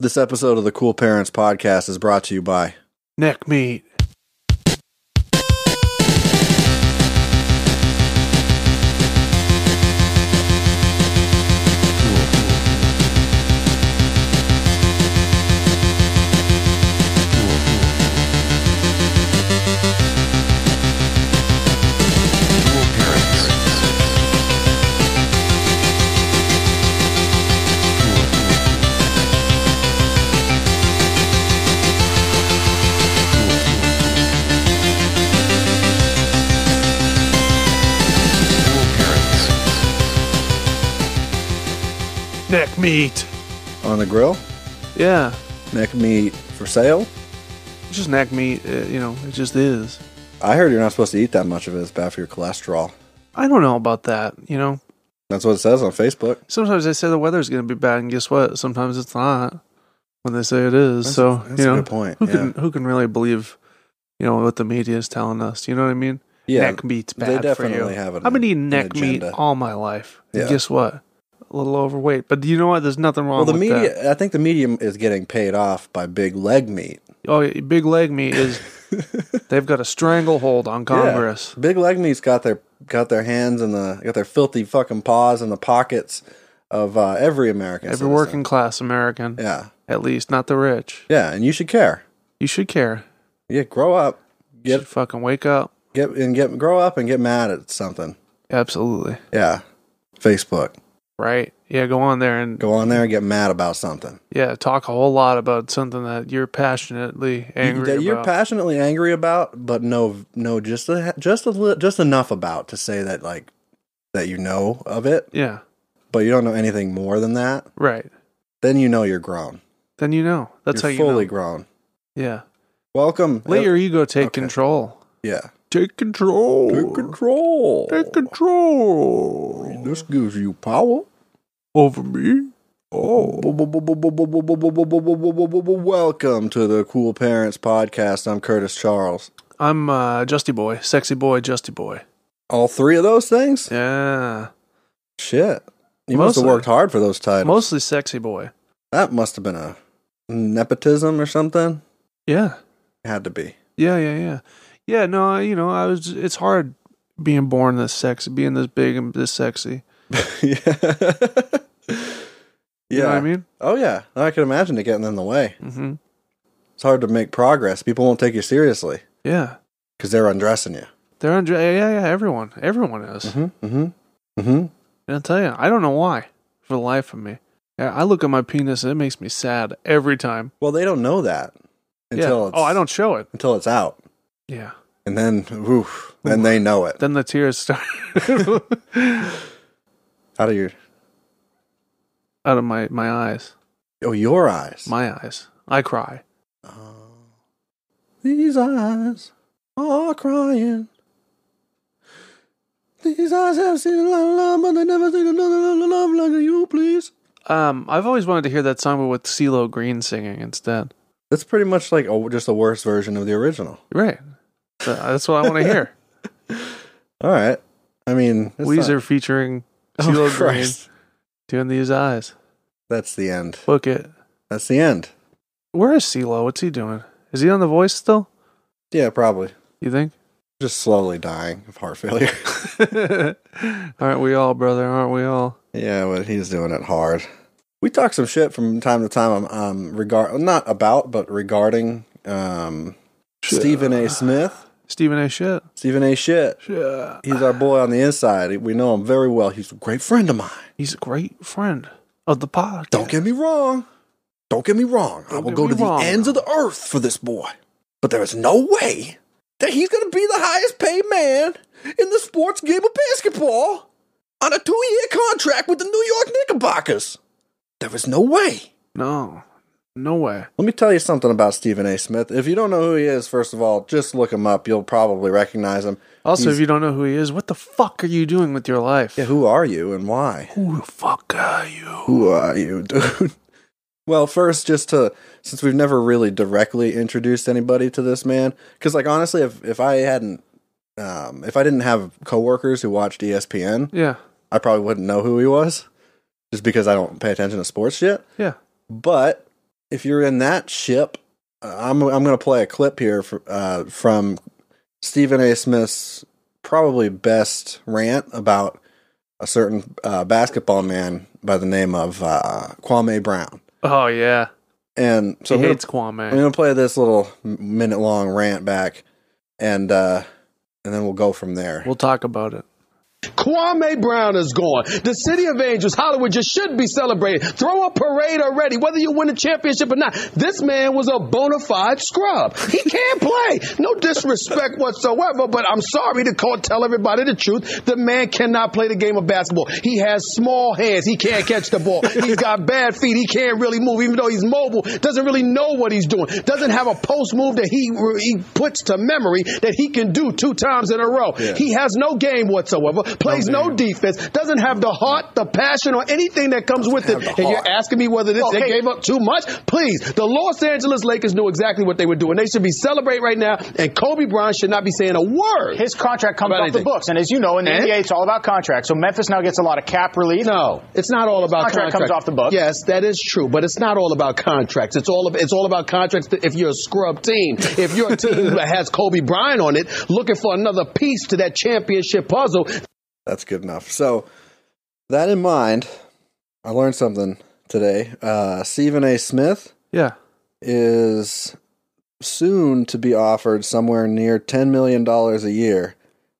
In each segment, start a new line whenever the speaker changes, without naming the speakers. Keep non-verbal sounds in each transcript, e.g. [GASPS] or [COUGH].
This episode of the Cool Parents Podcast is brought to you by
Neck meat. Neck meat.
On the Grill.
Yeah,
Neck meat for sale.
it's just neck meat. uh, you know, it just is.
I heard you're not supposed to eat that much of it. It's bad for your cholesterol.
I don't know about that. You know,
That's what it says on Facebook.
sometimes they say the weather's going to be bad, and guess what? Sometimes it's not when they say it is.
That's-
so
that's
you
a
know,
good point,
Who
yeah.
can who can really believe? You know what the media is telling us. You know what I mean?
Yeah,
neck meat's
they
bad for
definitely
you.
have an-
I've been eating
an
neck meat
agenda.
all my life. And
Yeah.
guess what? A little overweight, but you know what? There's nothing wrong.
Well, the
with
media.
That.
I think the medium is getting paid off by big leg meat.
Oh, yeah, big leg
[LAUGHS]
meat is. they've got a stranglehold on Congress.
Yeah. Big leg meat's got their got their hands in the got their filthy fucking paws in the pockets of uh, every American.
Every
citizen.
working class American,
Yeah,
at least, not the rich.
yeah, and you should care.
You should care.
Yeah, grow up.
You
Get
should fucking wake up.
get and get grow up and get mad at something.
Absolutely.
Yeah, Facebook.
Right. Yeah, go on there and
Go on there and get mad about something
yeah, talk a whole lot about something that you're passionately angry
that you're
about.
passionately angry about, but no, no, just a, just a li- just enough about to say that like that you know of it,
yeah.
but you don't know anything more than that.
Right.
Then you know you're grown.
Then you know. That's
you're
how you
fully
know.
grown.
Yeah.
Welcome.
Let your ego take
Okay.
control.
yeah.
Take control.
control.
Take control
This gives you power.
over me. Oh.
Welcome to the Cool Parents Podcast. I'm Curtis Charles.
I'm uh Justy Boy, sexy boy, Justy Boy.
All three of those things?
Yeah.
Shit. You must have
Mostly.
worked hard for those titles.
Mostly sexy boy.
that must have been a nepotism or something.
Yeah.
It had to be. [LAUGHS]
Yeah, yeah, yeah, yeah. No, I- you know, I was. It's hard being born this sexy, being this big and this sexy.
yeah. yeah.
You know what I mean?
Oh, yeah. I can imagine it getting in the way.
Mm-hmm.
It's hard to make progress. People won't take you seriously
Yeah,
because they're undressing you.
they're under. Yeah, yeah. Everyone, everyone is.
Mm-hmm. Mm-hmm. Mm-hmm.
And I'll tell you, I don't know why. For the life of me, Yeah, I look at my penis and it makes me sad every time.
Well, they don't know that until
yeah.
it's,
Oh, I don't show it.
until it's out,
Yeah.
and then oof, then they know it.
Then the tears start [LAUGHS]
Out of your
out of my my eyes,
oh your eyes,
my eyes. I cry.
Oh. these eyes are crying. These eyes have seen a lot of love, but they never seen another love like you. Please,
Um, I've always wanted to hear that song, but with CeeLo Green singing instead.
that's pretty much like a, just a worse version of the original.
Right. So That's what I want to hear.
All right, I mean it's
Weezer
not-
featuring
[LAUGHS] Oh,
CeeLo Green
Christ.
doing these eyes.
That's the end.
Book it.
That's the end.
Where is CeeLo? What's he doing? Is he on The Voice still?
Yeah, probably. [LAUGHS]
You think?
Just slowly dying of heart failure.
aren't we all, brother? Aren't we all?
Yeah, but he's doing it hard. We talk some shit from time to time. Um, um regard not about, but regarding um Stephen A. Smith.
Stephen A. Shit.
Stephen A. Shit. He's our boy on the inside. We know him very well. He's a great friend of mine.
He's a great friend of the pod.
Don't get me wrong. Don't get me wrong. I
Don't
will
get
go
me
to the
wrong.
ends of the earth for this boy. But there is no way that he's going to be the highest paid man in the sports game of basketball on a two year contract with the New York Knickerbockers. There is no way.
No. No way.
Let me tell you something about Stephen A. Smith. If you don't know who he is, first of all, just look him up. You'll probably recognize him.
Also,
He's-
if you don't know who he is, what the fuck are you doing with your life?
Yeah, who are you and why?
who the fuck are you?
Who are you, dude? [LAUGHS] Well, first, just to since we've never really directly introduced anybody to this man, because like honestly, if if I hadn't, um, if I didn't have coworkers who watched E ESPN,
Yeah,
I probably wouldn't know who he was, just because I don't pay attention to sports shit.
yeah.
But if you're in that ship, uh, I'm I'm going to play a clip here for, uh, from Stephen A. Smith's probably best rant about a certain uh, basketball man by the name of uh, Kwame Brown.
Oh yeah.
And so
he
I'm gonna-
hates Kwame.
I'm going to play this little minute long rant back, and uh, and then we'll go from there.
We'll talk about it.
Kwame Brown is gone. The city of Angels, Hollywood, you should be celebrating. Throw a parade already, whether you win a championship or not. This man was a bona fide scrub. He can't play. No disrespect whatsoever, but I'm sorry to call, tell everybody the truth. The man cannot play the game of basketball. He has small hands. He can't catch the ball. He's got bad feet. He can't really move, even though he's mobile. Doesn't really know what he's doing. Doesn't have a post move that he, he puts to memory that he can do two times in a row. He has no game whatsoever. Plays no, defense. Doesn't have the heart, the passion, or anything that comes with it.
have the
And you're
heart.
asking me whether this they
Okay.
gave up too much. Please, the Los Angeles Lakers knew exactly what they were doing. They should be celebrating right now. And Kobe Bryant should not be saying a word.
His contract comes
About
off
anything.
the books, and as you know, in the
And?
NBA, it's all about contracts. So Memphis now gets a lot of cap relief.
No, it's not all about
Contract
contracts.
comes off the books.
Yes, that is true, but it's not all about contracts. It's all of, it's all about contracts. If you're a scrub team, if you're a
[LAUGHS]
team that has Kobe Bryant on it, looking for another piece to that championship puzzle,
That's good enough. So, that in mind, I learned something today. Uh, Stephen A. Smith
Yeah.
is soon to be offered somewhere near $10 million a year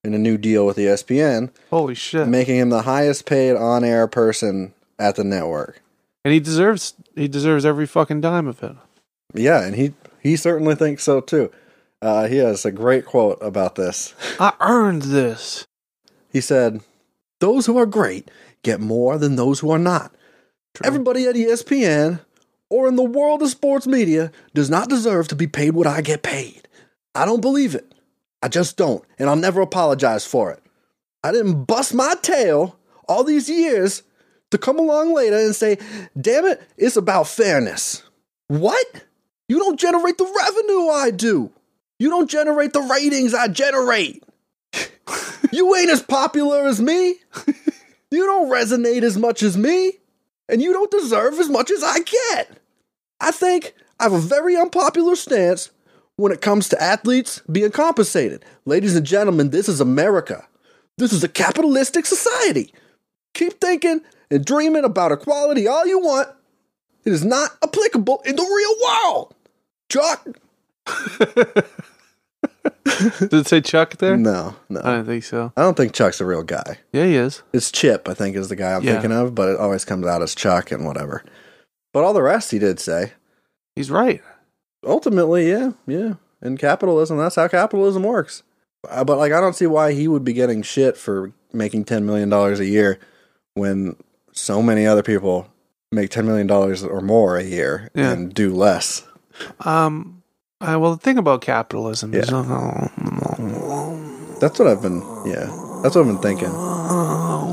in a new deal with E ESPN,
Holy shit.
making him the highest paid on air person at the network.
And he deserves he deserves every fucking dime of it.
Yeah, and he, he certainly thinks so too. Uh, he has a great quote about this.
I earned [LAUGHS] this.
He said, Those who are great get more than those who are not. Everybody at E ESPN or in the world of sports media does not deserve to be paid what I get paid. I don't believe it. I just don't, and I'll never apologize for it. I didn't bust my tail all these years to come along later and say, damn it, it's about fairness. What? You don't generate the revenue I do. You don't generate the ratings I generate. You ain't as popular as me. You don't resonate as much as me. And you don't deserve as much as I get. I think I have a very unpopular stance when it comes to athletes being compensated. Ladies and gentlemen, this is America. This is a capitalistic society. Keep thinking and dreaming about equality all you want. It is not applicable in the real world. Chuck?
Did it say Chuck there?
No, no.
I don't think so.
I don't think Chuck's a real guy.
Yeah, he is.
It's Chip, I think, is the guy I'm
Yeah.
thinking of, but it always comes out as Chuck and whatever. But all the rest he did say.
He's right.
Ultimately, yeah, yeah. In capitalism, that's how capitalism works. Uh, but like, I don't see why he would be getting shit for making ten million dollars a year when so many other people make ten million dollars or more a year
Yeah.
and do less.
Um I, well, the thing about capitalism is,
That's what I've been. Yeah, that's what I've been thinking.
uh,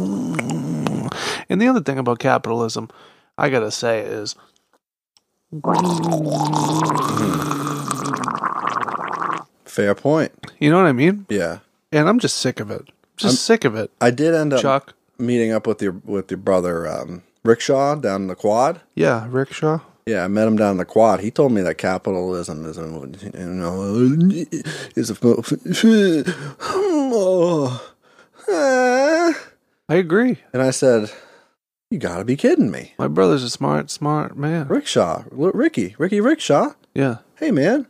and the other thing about capitalism, I gotta say, is
Fair point.
you know what I mean.
Yeah,
And I'm just sick of it. Just sick of it,
I did end up
Chuck.
meeting up with your with your brother um, Rickshaw down in the quad.
Yeah, rickshaw.
Yeah, I met him down in the quad. He told me that capitalism is, you know, is a.
I agree.
[SIGHS] And I said, "You got to be kidding me,
My brother's a smart, smart man.
Rickshaw, L- Ricky, Ricky Rickshaw.
Yeah,
Hey, man,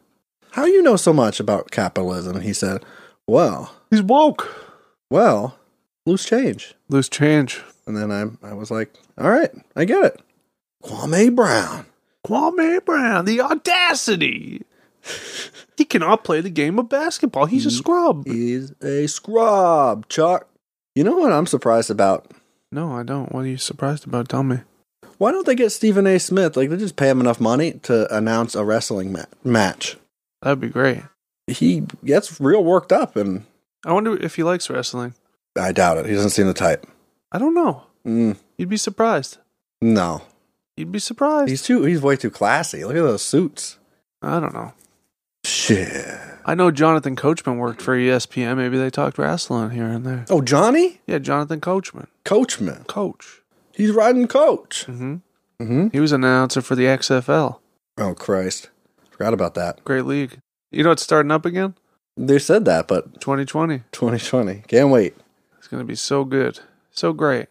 how you know so much about capitalism?" He said, "Well,
he's woke.
well, loose change."
Loose change.
And then I, I was like, "All right, I get it." Kwame Brown.
Kwame Brown, the audacity. He cannot play the game of basketball. He's a scrub.
He's a scrub, Chuck. You know what I'm surprised about?
No, I don't. What are you surprised about? Tell me.
Why don't they get Stephen A. Smith? Like, they just pay him enough money to announce a wrestling ma- match.
That'd be great.
He gets real worked up, and
I wonder if he likes wrestling.
I doubt it. He doesn't seem the type.
I don't know.
Mm,
You'd be surprised.
no,
You'd be surprised.
he's too. He's way too classy. Look at those suits.
I don't know.
Shit.
I know Jonathan Coachman worked for E ESPN. Maybe they talked wrestling here and there.
Oh, Johnny
Yeah, Jonathan Coachman,
Coachman.
coach.
He's riding coach.
hmm
Mm-hmm.
He was an announcer for the XFL.
Oh Christ, forgot about that.
Great league. You know it's starting up again?
They said that, but
2020.
2020 can't wait.
It's going to be so good. So great.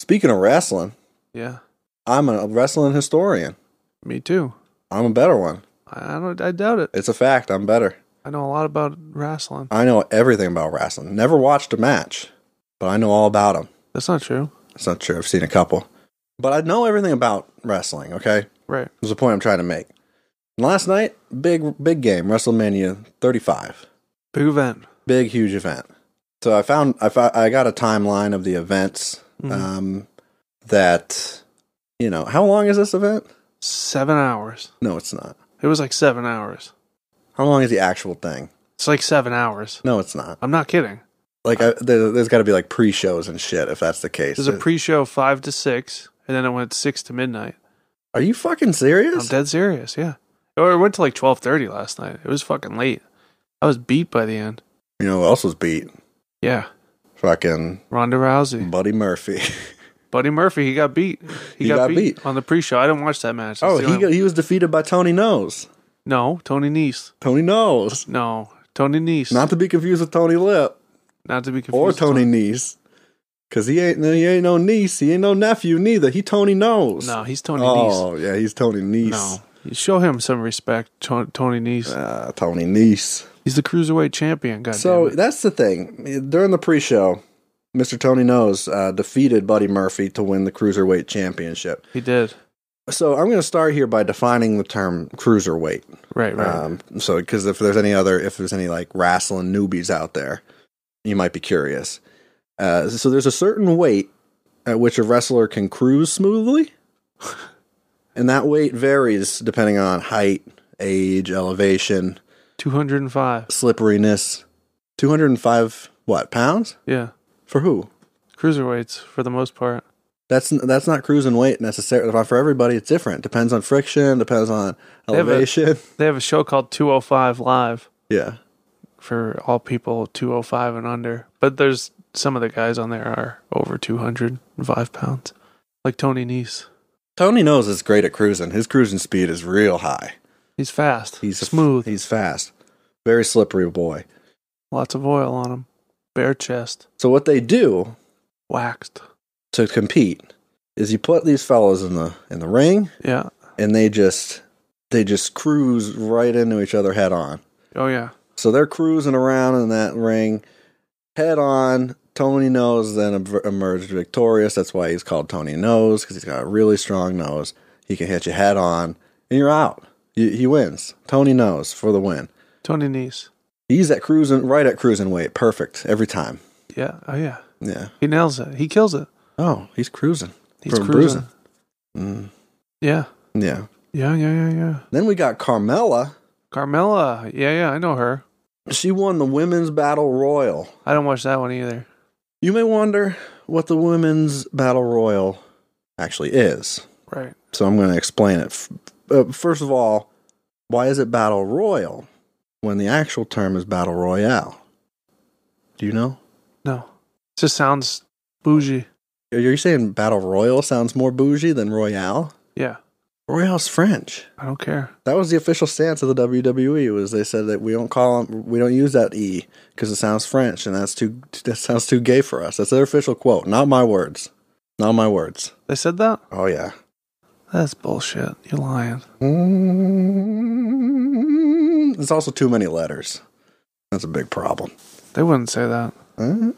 Speaking of wrestling,
Yeah,
I'm a wrestling historian.
me too.
I'm a better one.
I I don't. I doubt it.
It's a fact. I'm better.
I know a lot about wrestling.
I know everything about wrestling. Never watched a match, but I know all about them.
That's not true.
It's not true. I've seen a couple, but I know everything about wrestling. Okay,
Right.
is the point I'm trying to make. And last night, big big game, WrestleMania 35,
Big event.
big huge event. So I found I fou- I got a timeline of the events.
Mm-hmm.
Um, that you know, how long is this event?
Seven hours.
No, it's not.
It was like seven hours.
How long is the actual thing?
It's like seven hours.
No, it's not.
I'm not kidding.
Like I, there, there's got to be like pre-shows and shit if that's the case.
There's a pre-show five to six, and then it went six to midnight.
Are you fucking
I'm
serious?
dead serious. Yeah. Or it went to like 12:30 last night. It was fucking late. I was beat by the end.
You know who else was beat?
Yeah.
Fucking
Ronda Rousey.
Buddy Murphy. [LAUGHS]
Buddy Murphy, he got beat. He, got, beat, on the pre-show. I didn't watch that match. That's
oh,
the
he
only-
got, he was defeated by Tony Nose.
No, Tony Nese.
Tony Nose,
No, Tony Nese.
not to be confused with Tony Lip
Not to be confused.
or
with
Tony Niece, because he ain't he ain't no niece, he ain't no nephew neither. He Tony Nose.
No, he's Tony Nese.
oh yeah, he's Tony Niece.
No, you show him some respect, Ton- Tony Nese.
Ah, Tony Niece.
He's the cruiserweight champion. God
So
damn it.
that's the thing. During the pre-show, Mr. Tony Nose uh, defeated Buddy Murphy to win the cruiserweight championship.
he did.
So I'm going to start here by defining the term cruiserweight.
Right, right.
Um, so, because if there's any other, if there's any like wrestling newbies out there, you might be curious. Uh, so there's a certain weight at which a wrestler can cruise smoothly, [LAUGHS] and that weight varies depending on height, age, elevation,
205.
slipperiness. Two hundred and five what pounds
Yeah,
for who?
cruiserweights for the most part.
That's that's not cruising weight necessarily. For everybody, it's different. Depends on friction. Depends on
They have a-
elevation. [LAUGHS]
They have a show called 205 Live
yeah.
for all people 205 and under. But there's some of the guys on there are over 205 pounds, like Tony Nese.
Tony knows is great at cruising. His cruising speed is real high.
He's fast.
He's a-
smooth.
he's fast. Very slippery boy.
Lots of oil on him. Bare chest,
So what they do
waxed.
to compete is you put these fellas in the in the ring
Yeah.
and they just they just cruise right into each other head on.
Oh yeah.
So they're cruising around in that ring head on. Tony Nose then ev- emerged victorious. That's why he's called Tony Nose because he's got a really strong nose. He can hit you head on and you're out. You, he wins. Tony Nose for the win.
Tony Nese.
He's at cruising, right at cruising weight, perfect every time.
Yeah. Oh yeah.
Yeah.
He nails it. He kills it.
Oh, he's cruising.
He's
From
cruising.
Mm,
Yeah.
yeah.
Yeah. Yeah. Yeah. Yeah.
Then we got Carmella.
Carmella. Yeah. Yeah. I know her.
She won the women's battle royal.
I don't watch that one either.
You may wonder what the women's battle royal actually is.
Right.
So I'm going to explain it. F- uh, First of all, why is it battle royal when the actual term is battle royale? Do you know?
No. It just sounds bougie.
Are you saying battle royal sounds more bougie than royale?
Yeah.
Royale's French.
I don't care.
That was the official stance of the WWE. Was they said that we don't call 'em- we don't use that e because it sounds French and that's too that sounds too gay for us. That's their official quote, not my words, not my words.
They said that.
Oh yeah,
That's bullshit. You're lying.
Mm, it's also too many letters. That's a big problem.
They wouldn't say that.
Uh,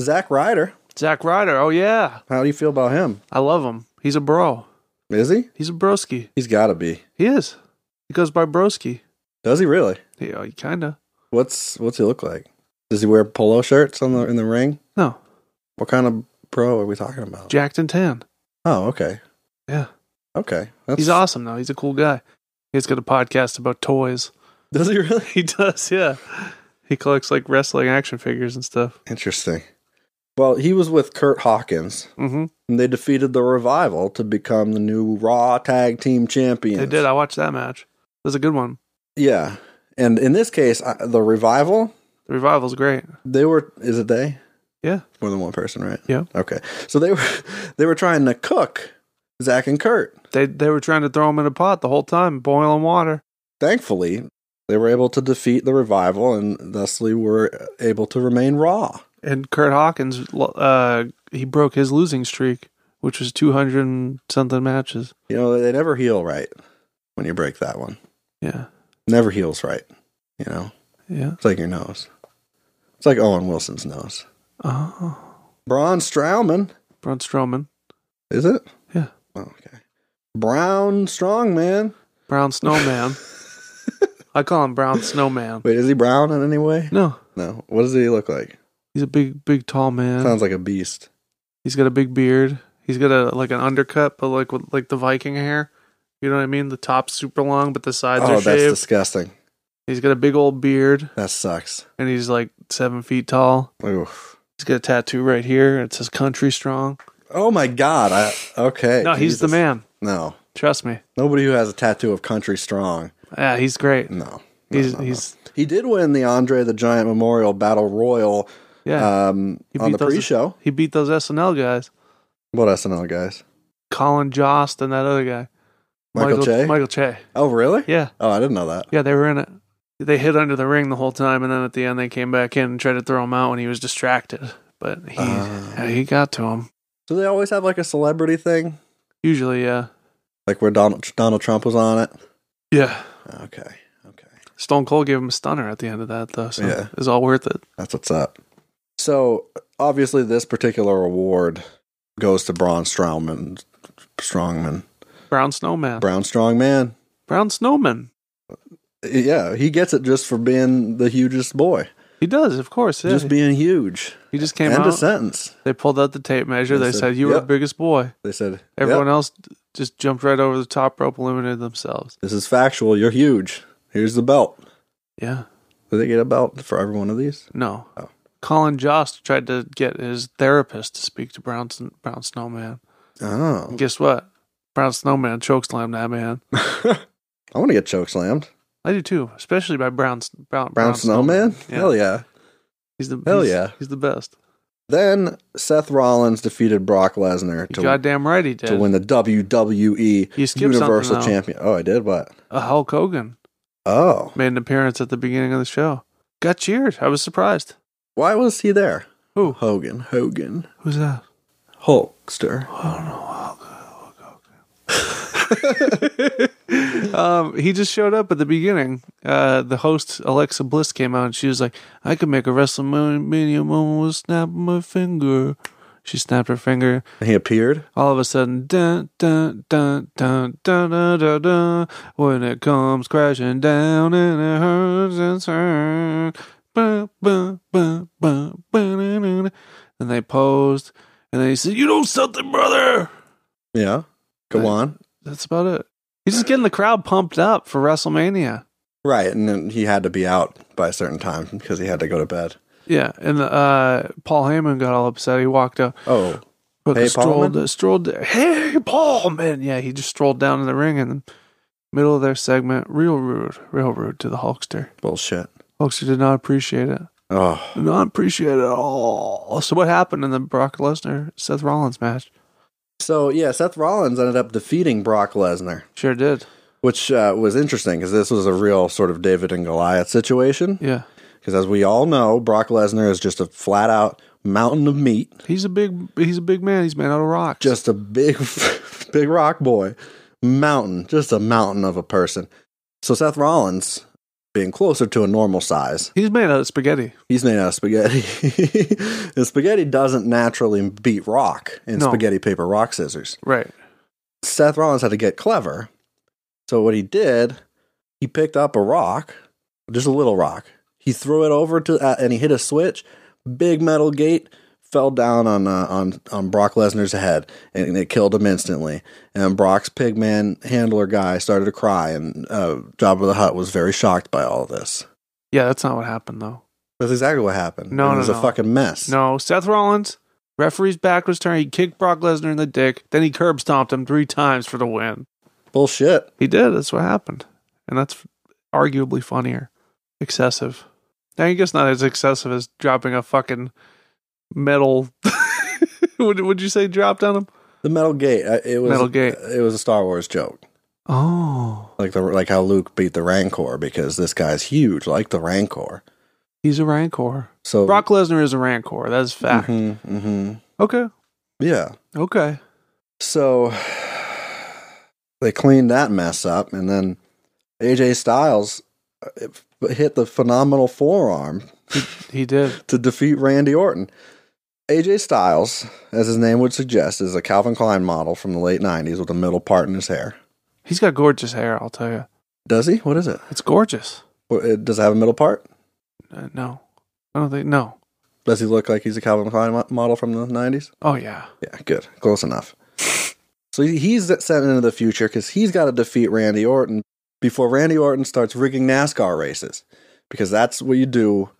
Zack Ryder,
Zack Ryder. Oh yeah.
how do you feel about him?
I love him. He's a bro.
Is he?
He's a broski.
He's got to be.
He is. He goes by broski.
Does he really?
Yeah. Kinda.
What's what's he look like? Does he wear polo shirts on the in the ring?
No.
What kind of pro are we talking about?
Jacked and tan.
Oh, okay.
Yeah.
Okay. That's,
He's awesome though. He's a cool guy. He's got a podcast about toys.
Does he really? [LAUGHS]
He does, yeah. He collects like wrestling action figures and stuff.
Interesting. Well, he was with Kurt Hawkins,
Mm-hmm.
and they defeated the Revival to become the new Raw Tag Team Champions.
They did. I watched that match. It was a good one.
Yeah. And in this case, I, the Revival,
The revival's great.
they were, is it they?
Yeah.
More than one person, right?
Yeah.
Okay. So they were, [LAUGHS] they were trying to cook Zach and Kurt.
They they were trying to throw him in a pot the whole time, boiling water.
Thankfully, they were able to defeat the Revival and thusly were able to remain Raw.
And Kurt Hawkins, uh, he broke his losing streak, which was two hundred and something matches.
You know, they never heal right when you break that one.
Yeah,
Never heals right. You know,
yeah.
it's like your nose. It's like Owen Wilson's nose.
Oh,
Braun Strowman,
Braun Strowman,
is it?
Yeah.
Oh, okay. Brown Strongman.
Brown Snowman. I call him Brown Snowman.
Wait, is he brown in any way?
No,
No. What does he look like?
he's a big, big, tall man.
Sounds like a beast.
He's got a big beard. He's got a like an undercut, but like with like the Viking hair. You know what I mean? The top's super long, but the sides
Oh,
are
that's
shaved.
disgusting.
He's got a big old beard,
That sucks.
and he's like seven feet tall.
Oof.
He's got a tattoo right here. It says "Country Strong."
Oh my god. I, okay.
No, he's the
Jesus.
man.
No.
Trust me.
Nobody who has a tattoo of country strong.
Yeah, he's great.
No.
He's he's
He did win the Andre the Giant Memorial Battle Royal
yeah.
um,
He
on
beat
the
those-
pre-show.
he beat those SNL guys,
What SNL guys?
Colin Jost and that other guy,
Michael, Che.
Michael Che.
oh, really?
Yeah,
Oh, I didn't know that.
yeah. They were in it. They hid under the ring the whole time, and then at the end they came back in and tried to throw him out when he was distracted. But he
Ah.
he got to him.
Do they always have like a celebrity thing,
Usually, uh, yeah,
like where Donald Donald Trump was on it?
yeah.
Okay, okay,
Stone Cold gave him a stunner at the end of that though, so
Yeah.
it was all worth it.
that's what's up. So obviously, this particular award goes to Braun Strowman, Strongman,
Brown Snowman,
Brown Strongman.
Brown Snowman.
Yeah, he gets it just for being the hugest boy,
He does, of course. Yeah.
just being huge.
he just came
End
out.
of sentence.
They pulled out the tape measure.
They
They
said,
said, "You were
"Yep."
the biggest boy."
They said
Everyone
"Yep,
else just jumped right over the top rope, eliminated themselves.
This is factual. You're huge. Here's the belt.
Yeah.
Do they get a belt for every one of these?
No.
Oh.
Colin Jost tried to get his therapist to speak to Brown, Brown Snowman.
Oh,
And guess what? Brown Snowman chokeslammed that man.
[LAUGHS] I want to get choke slammed.
I do too, especially by Brown Brown,
Brown, Snowman? Hell yeah.
He's the
Hell
he's-
yeah.
He's the best.
Then Seth Rollins defeated Brock Lesnar to,
You goddamn right he did.
to win the WWE
You skipped something,
Universal
though.
Champion. Oh, I did what?
Uh, Hulk Hogan
Oh,
made an appearance at the beginning of the show. Got cheered. I was surprised.
why was he there?
Who?
Hogan, Hogan,
Who's that?
Hulkster.
Um, he just showed up at the beginning. Uh, the host Alexa Bliss came out and she was like, "I could make a WrestleMania moment with snap of my finger." She snapped her finger.
He appeared.
All of a sudden, dun dun dun dun dun dun dun. dun when it comes crashing down and it hurts and hurt. Ba, ba, ba, ba, ba, dun, dun, dun. And they posed, and they said, "You know something, brother."
Yeah. Go
Right.
on.
That's about it. He's just getting the crowd pumped up for WrestleMania.
Right. And then he had to be out by a certain time because he had to go to bed.
Yeah, and uh, Paul Heyman got all upset. He walked up,
Oh,
but
Hey,
strolled,
Paulman?
strolled. Hey, Paul, man, yeah, he just strolled down to the ring in the middle of their segment. Real rude, real rude to the Hulkster.
bullshit.
Hulkster did not appreciate it.
Oh,
Did not appreciate it at all. So what happened in the Brock Lesnar Seth Rollins match?
so yeah, Seth Rollins ended up defeating Brock Lesnar,
Sure did.
which uh, was interesting because this was a real sort of David and Goliath situation.
Yeah,
Because as we all know, Brock Lesnar is just a flat out mountain of meat,
he's a big he's a big man. He's made out of rocks.
just a big, [LAUGHS] big rock boy, mountain, just a mountain of a person. So Seth Rollins, being closer to a normal size,
he's made out of spaghetti.
he's made out of spaghetti. [LAUGHS] and spaghetti doesn't naturally beat rock in
No.
spaghetti, paper, rock, scissors.
Right.
Seth Rollins had to get clever. So what he did, he picked up a rock, just a little rock. He threw it over to uh, and he hit a switch, big metal gate, fell down on uh, on on Brock Lesnar's head, and it killed him instantly. And Brock's pigman handler guy started to cry, and uh, Jabba the Hutt was very shocked by all this.
Yeah, that's not what happened though.
That's exactly what happened.
No,
it
no,
was
no.
a fucking mess.
No, Seth Rollins, referee's back was turned. He kicked Brock Lesnar in the dick. Then he curb stomped him three times for the win.
bullshit.
He did. That's what happened, and that's arguably funnier. Excessive. I guess not as excessive as dropping a fucking metal. [LAUGHS] would Would you say dropped on him?
The metal gate. uh, It was
Metal gate.
It was a Star Wars joke,
Oh,
like the like how Luke beat the Rancor because this guy's huge, like the Rancor.
he's a rancor.
So
Brock Lesnar is a rancor. That is fact.
hmm hmm
Okay.
Yeah.
Okay.
So they cleaned that mess up, and then AJ Styles uh, hit the phenomenal forearm
He did.
to defeat Randy Orton. AJ Styles, as his name would suggest, is a Calvin Klein model from the late '90s with a middle part in his hair.
He's got gorgeous hair. I'll tell you,
Does he? What is it?
it's gorgeous.
What- it- Does it have a middle part?
Uh, no, I don't think. No.
Does he look like he's a Calvin Klein mo- model from the 90s?
Oh yeah.
Yeah, good. Close enough. So he- he's sent into the future because he's got to defeat Randy Orton before Randy Orton starts rigging NASCAR races because that's what you do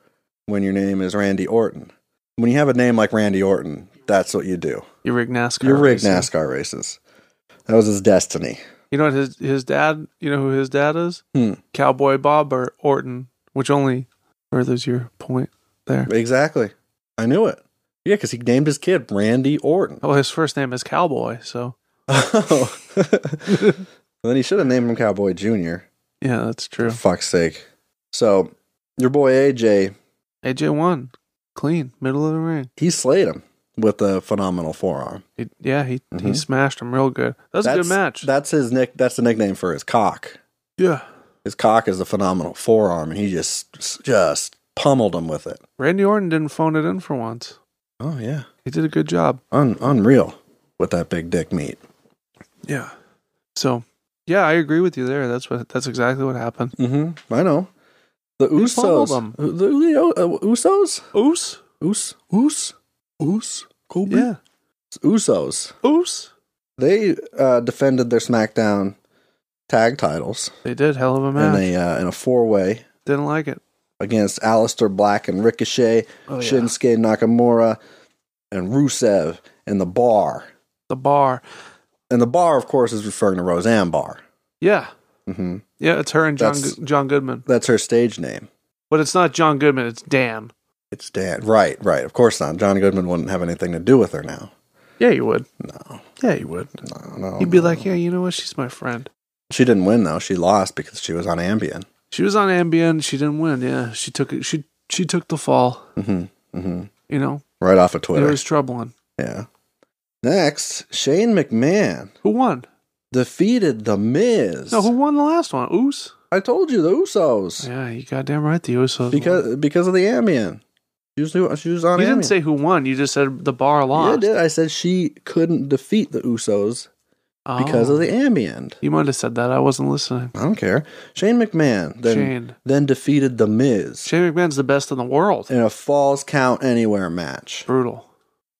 when your name is Randy Orton. When you have a name like Randy Orton, that's what you do.
You rig NASCAR.
You rig
racing.
NASCAR races. That was his destiny.
You know what his his dad? You know who his dad is?
Hmm.
Cowboy Bob or Orton, which only furthers your point there.
Exactly. I knew it. Yeah, because he named his kid Randy
[LAUGHS]
Orton. [LAUGHS]
Well, Oh, his first name is Cowboy, so
Oh. then he should have named him Cowboy Jr.
yeah, that's true.
For fuck's sake. So your boy AJ,
AJ won, clean, middle of the ring.
he slayed him with a phenomenal forearm.
He, yeah, he he
Mhm.
smashed him real good. Mm-hmm. That was a good match.
That's his nick. That's the nickname for his cock.
yeah,
His cock is the phenomenal forearm, and he just just pummeled him with it.
Randy Orton didn't phone it in for once.
Oh yeah,
He did a good job.
Un- unreal with that big dick meat.
Yeah. So, yeah, I agree with you there. That's what. That's exactly what happened.
Mm-hmm. I know. The
pummeled
Usos,
him.
the Uyo- uh, Usos,
Oos.
Us, Us, Us, Kobe,
Yeah.
Usos.
Mm-hmm. Oos.
They uh, defended their SmackDown tag titles.
They did hell of a
in
match.
a uh, in a four way
Didn't like it.
against Aleister Black and Ricochet,
Oh, yeah.
Shinsuke Nakamura, and Rusev in the bar.
The bar.
And the bar, of course, is referring to Roseanne Barr.
Yeah.
hmm
Yeah, it's her and John
That's-
Go- John Goodman.
That's her stage name.
But it's not John Goodman. It's Dan.
It's Dan. Right, right. Of course not. John Goodman wouldn't have anything to do with her now.
Yeah, you would.
No,
Yeah, you would.
no, no.
You'd be
no.
like, yeah, you know what? She's my friend.
she didn't win though. She lost because she was on Ambien.
She was on Ambien. She didn't win. Yeah, she took it. She she took the fall.
hmm hmm
You know,
Right off of
it
Twitter.
was troubling.
yeah. Next, Shane McMahon
Who won?
defeated the Miz.
No, who won the last one? Oos.
I told you the Usos.
Yeah, you goddamn right. The Usos. won.
because because of the Ambien. She was, doing- she was on
you
Ambien.
didn't say who won. You just said the bar
Yeah, I
lost.
did. I said she couldn't defeat the Usos because
Oh.
of the Ambien.
You might have said that. I wasn't listening.
I don't care. Shane McMahon then
Shane.
then defeated the Miz
Shane McMahon's the best in the world.
in a Falls Count Anywhere match.
Brutal.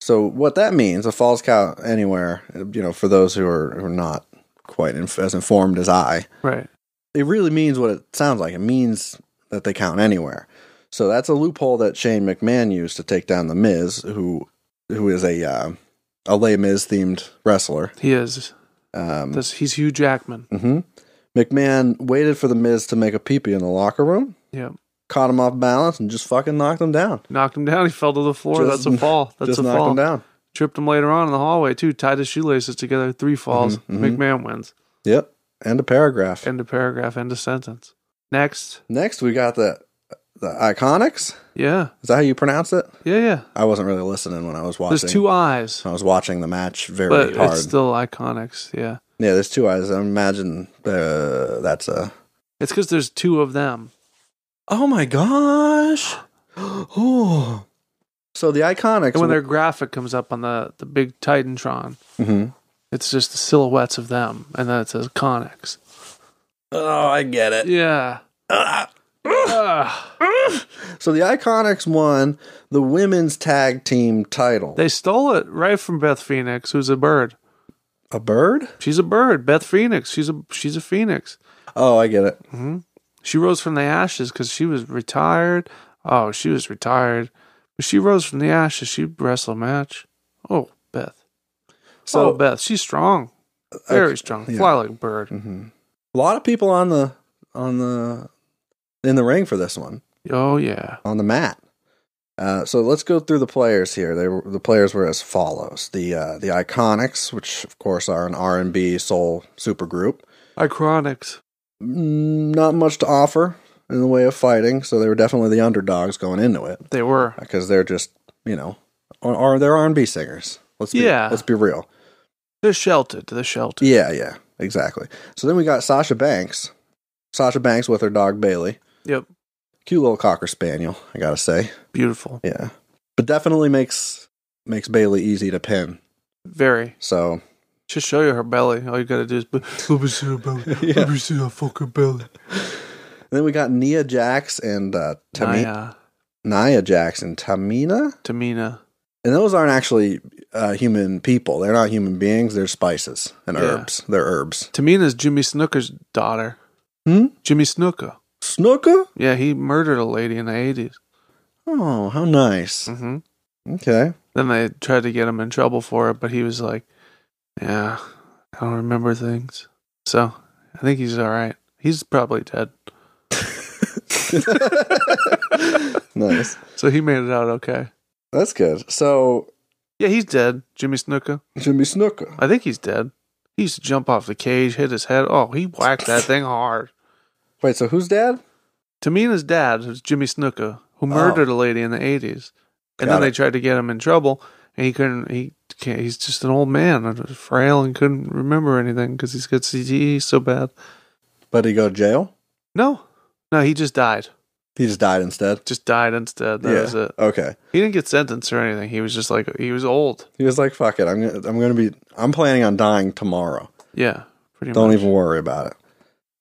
So what that means, a Falls Count Anywhere, you know, for those who are, who are not quite inf- as informed as I,
Right.
it really means what it sounds like. It means that they count anywhere. So that's a loophole that Shane McMahon used to take down the Miz, who who is a uh, a lay Miz themed wrestler.
He is.
Um,
This, he's Hugh Jackman.
mhm. McMahon waited for the Miz to make a peepee in the locker room,
Yeah.
caught him off balance, and just fucking knocked him down.
Knocked him down. He fell to the floor.
Just-
That's
[LAUGHS]
a fall. That's
just
a
knocked
fall.
him down.
Tripped him later on in the hallway, too. Tied his shoelaces together. Three falls.
Mhm, mhm.
McMahon wins.
Yep, end of paragraph.
End of paragraph. End of sentence. Next.
Next, we got the the Iconics.
Yeah.
Is that how you pronounce it?
Yeah, yeah.
I wasn't really listening when I was watching.
There's two eyes,
I was watching the match very
but
hard.
it's still iconics. Yeah.
Yeah, there's two eyes. I imagine uh, that's a.
It's because there's two of them.
Oh my [GASPS] gosh! oh, so the iconics
And when their graphic comes up on the, the big Titantron,
Mhm.
it's just the silhouettes of them. And then it says Conics.
Oh, I get it.
Yeah. Ah.
So the Iconics won the women's tag team title.
They stole it right from Beth Phoenix, who's a bird.
a bird?
She's a bird. Beth Phoenix. She's a she's a phoenix.
Oh, I get it.
She rose from the ashes because she was retired. Oh, she was retired, but she rose from the ashes. She wrestled a match. Oh, Beth.
So-
oh, Beth. She's strong. Very strong. Fly like a bird.
A lot of people on the on the in the ring for this one
Oh yeah.
on the mat. Uh, so let's go through the players here. They were, the players were as follows: the uh, the Iconics, which of course are an R and B soul supergroup.
Iconics.
Mm, Not much to offer in the way of fighting, so they were definitely the underdogs going into it.
They were.
because they're just you know are- are they're R and B singers. Let's be,
Yeah.
let's be real.
They're sheltered. They're sheltered.
Yeah, yeah, exactly. So then we got Sasha Banks, Sasha Banks with her dog Bailey,
Yep.
cute little cocker spaniel. I gotta say,
Beautiful.
yeah, but definitely makes makes Bailey easy to pin.
Very.
So
Just show you her belly. All you gotta do is bu- let me see her belly. Let me see her fucking belly.
then we got Nia Jax and uh, Tami- Nia.
Naya,
Jax and Tamina,
Tamina.
and those aren't actually uh, human people. They're not human beings. They're spices and
Yeah.
herbs. They're herbs.
Tamina's Jimmy Snooker's daughter.
Hmm?
Jimmy Snooker.
Snooker.
Yeah, he murdered a lady in the 80s.
Oh, how nice.
hmm
Okay.
Then they tried to get him in trouble for it, but he was like, yeah, I don't remember things. So I think he's all right. He's probably dead.
nice. [LAUGHS]
So he made it out okay.
That's good. So
Yeah, he's dead. Jimmy Snooker.
Jimmy Snooker.
I think he's dead. He used to jump off the cage, hit his head. Oh, he whacked that thing hard.
Wait, so who's dad?
Tamina's dad was Jimmy Snuka, who murdered a lady in the eighties, and
Oh. Got
then they
it.
tried to get him in trouble, and he couldn't. He can't, he's just an old man, and frail, and couldn't remember anything because he's got CTE so bad.
But he go to jail?
No, no, he just died.
He just died instead.
Just died instead. That was it.
Okay.
He didn't get sentenced or anything. He was just like he was old.
He was like, "Fuck it. I'm gonna, I'm going to be I'm planning on dying tomorrow.
Yeah, pretty
Don't
much.
even worry about it."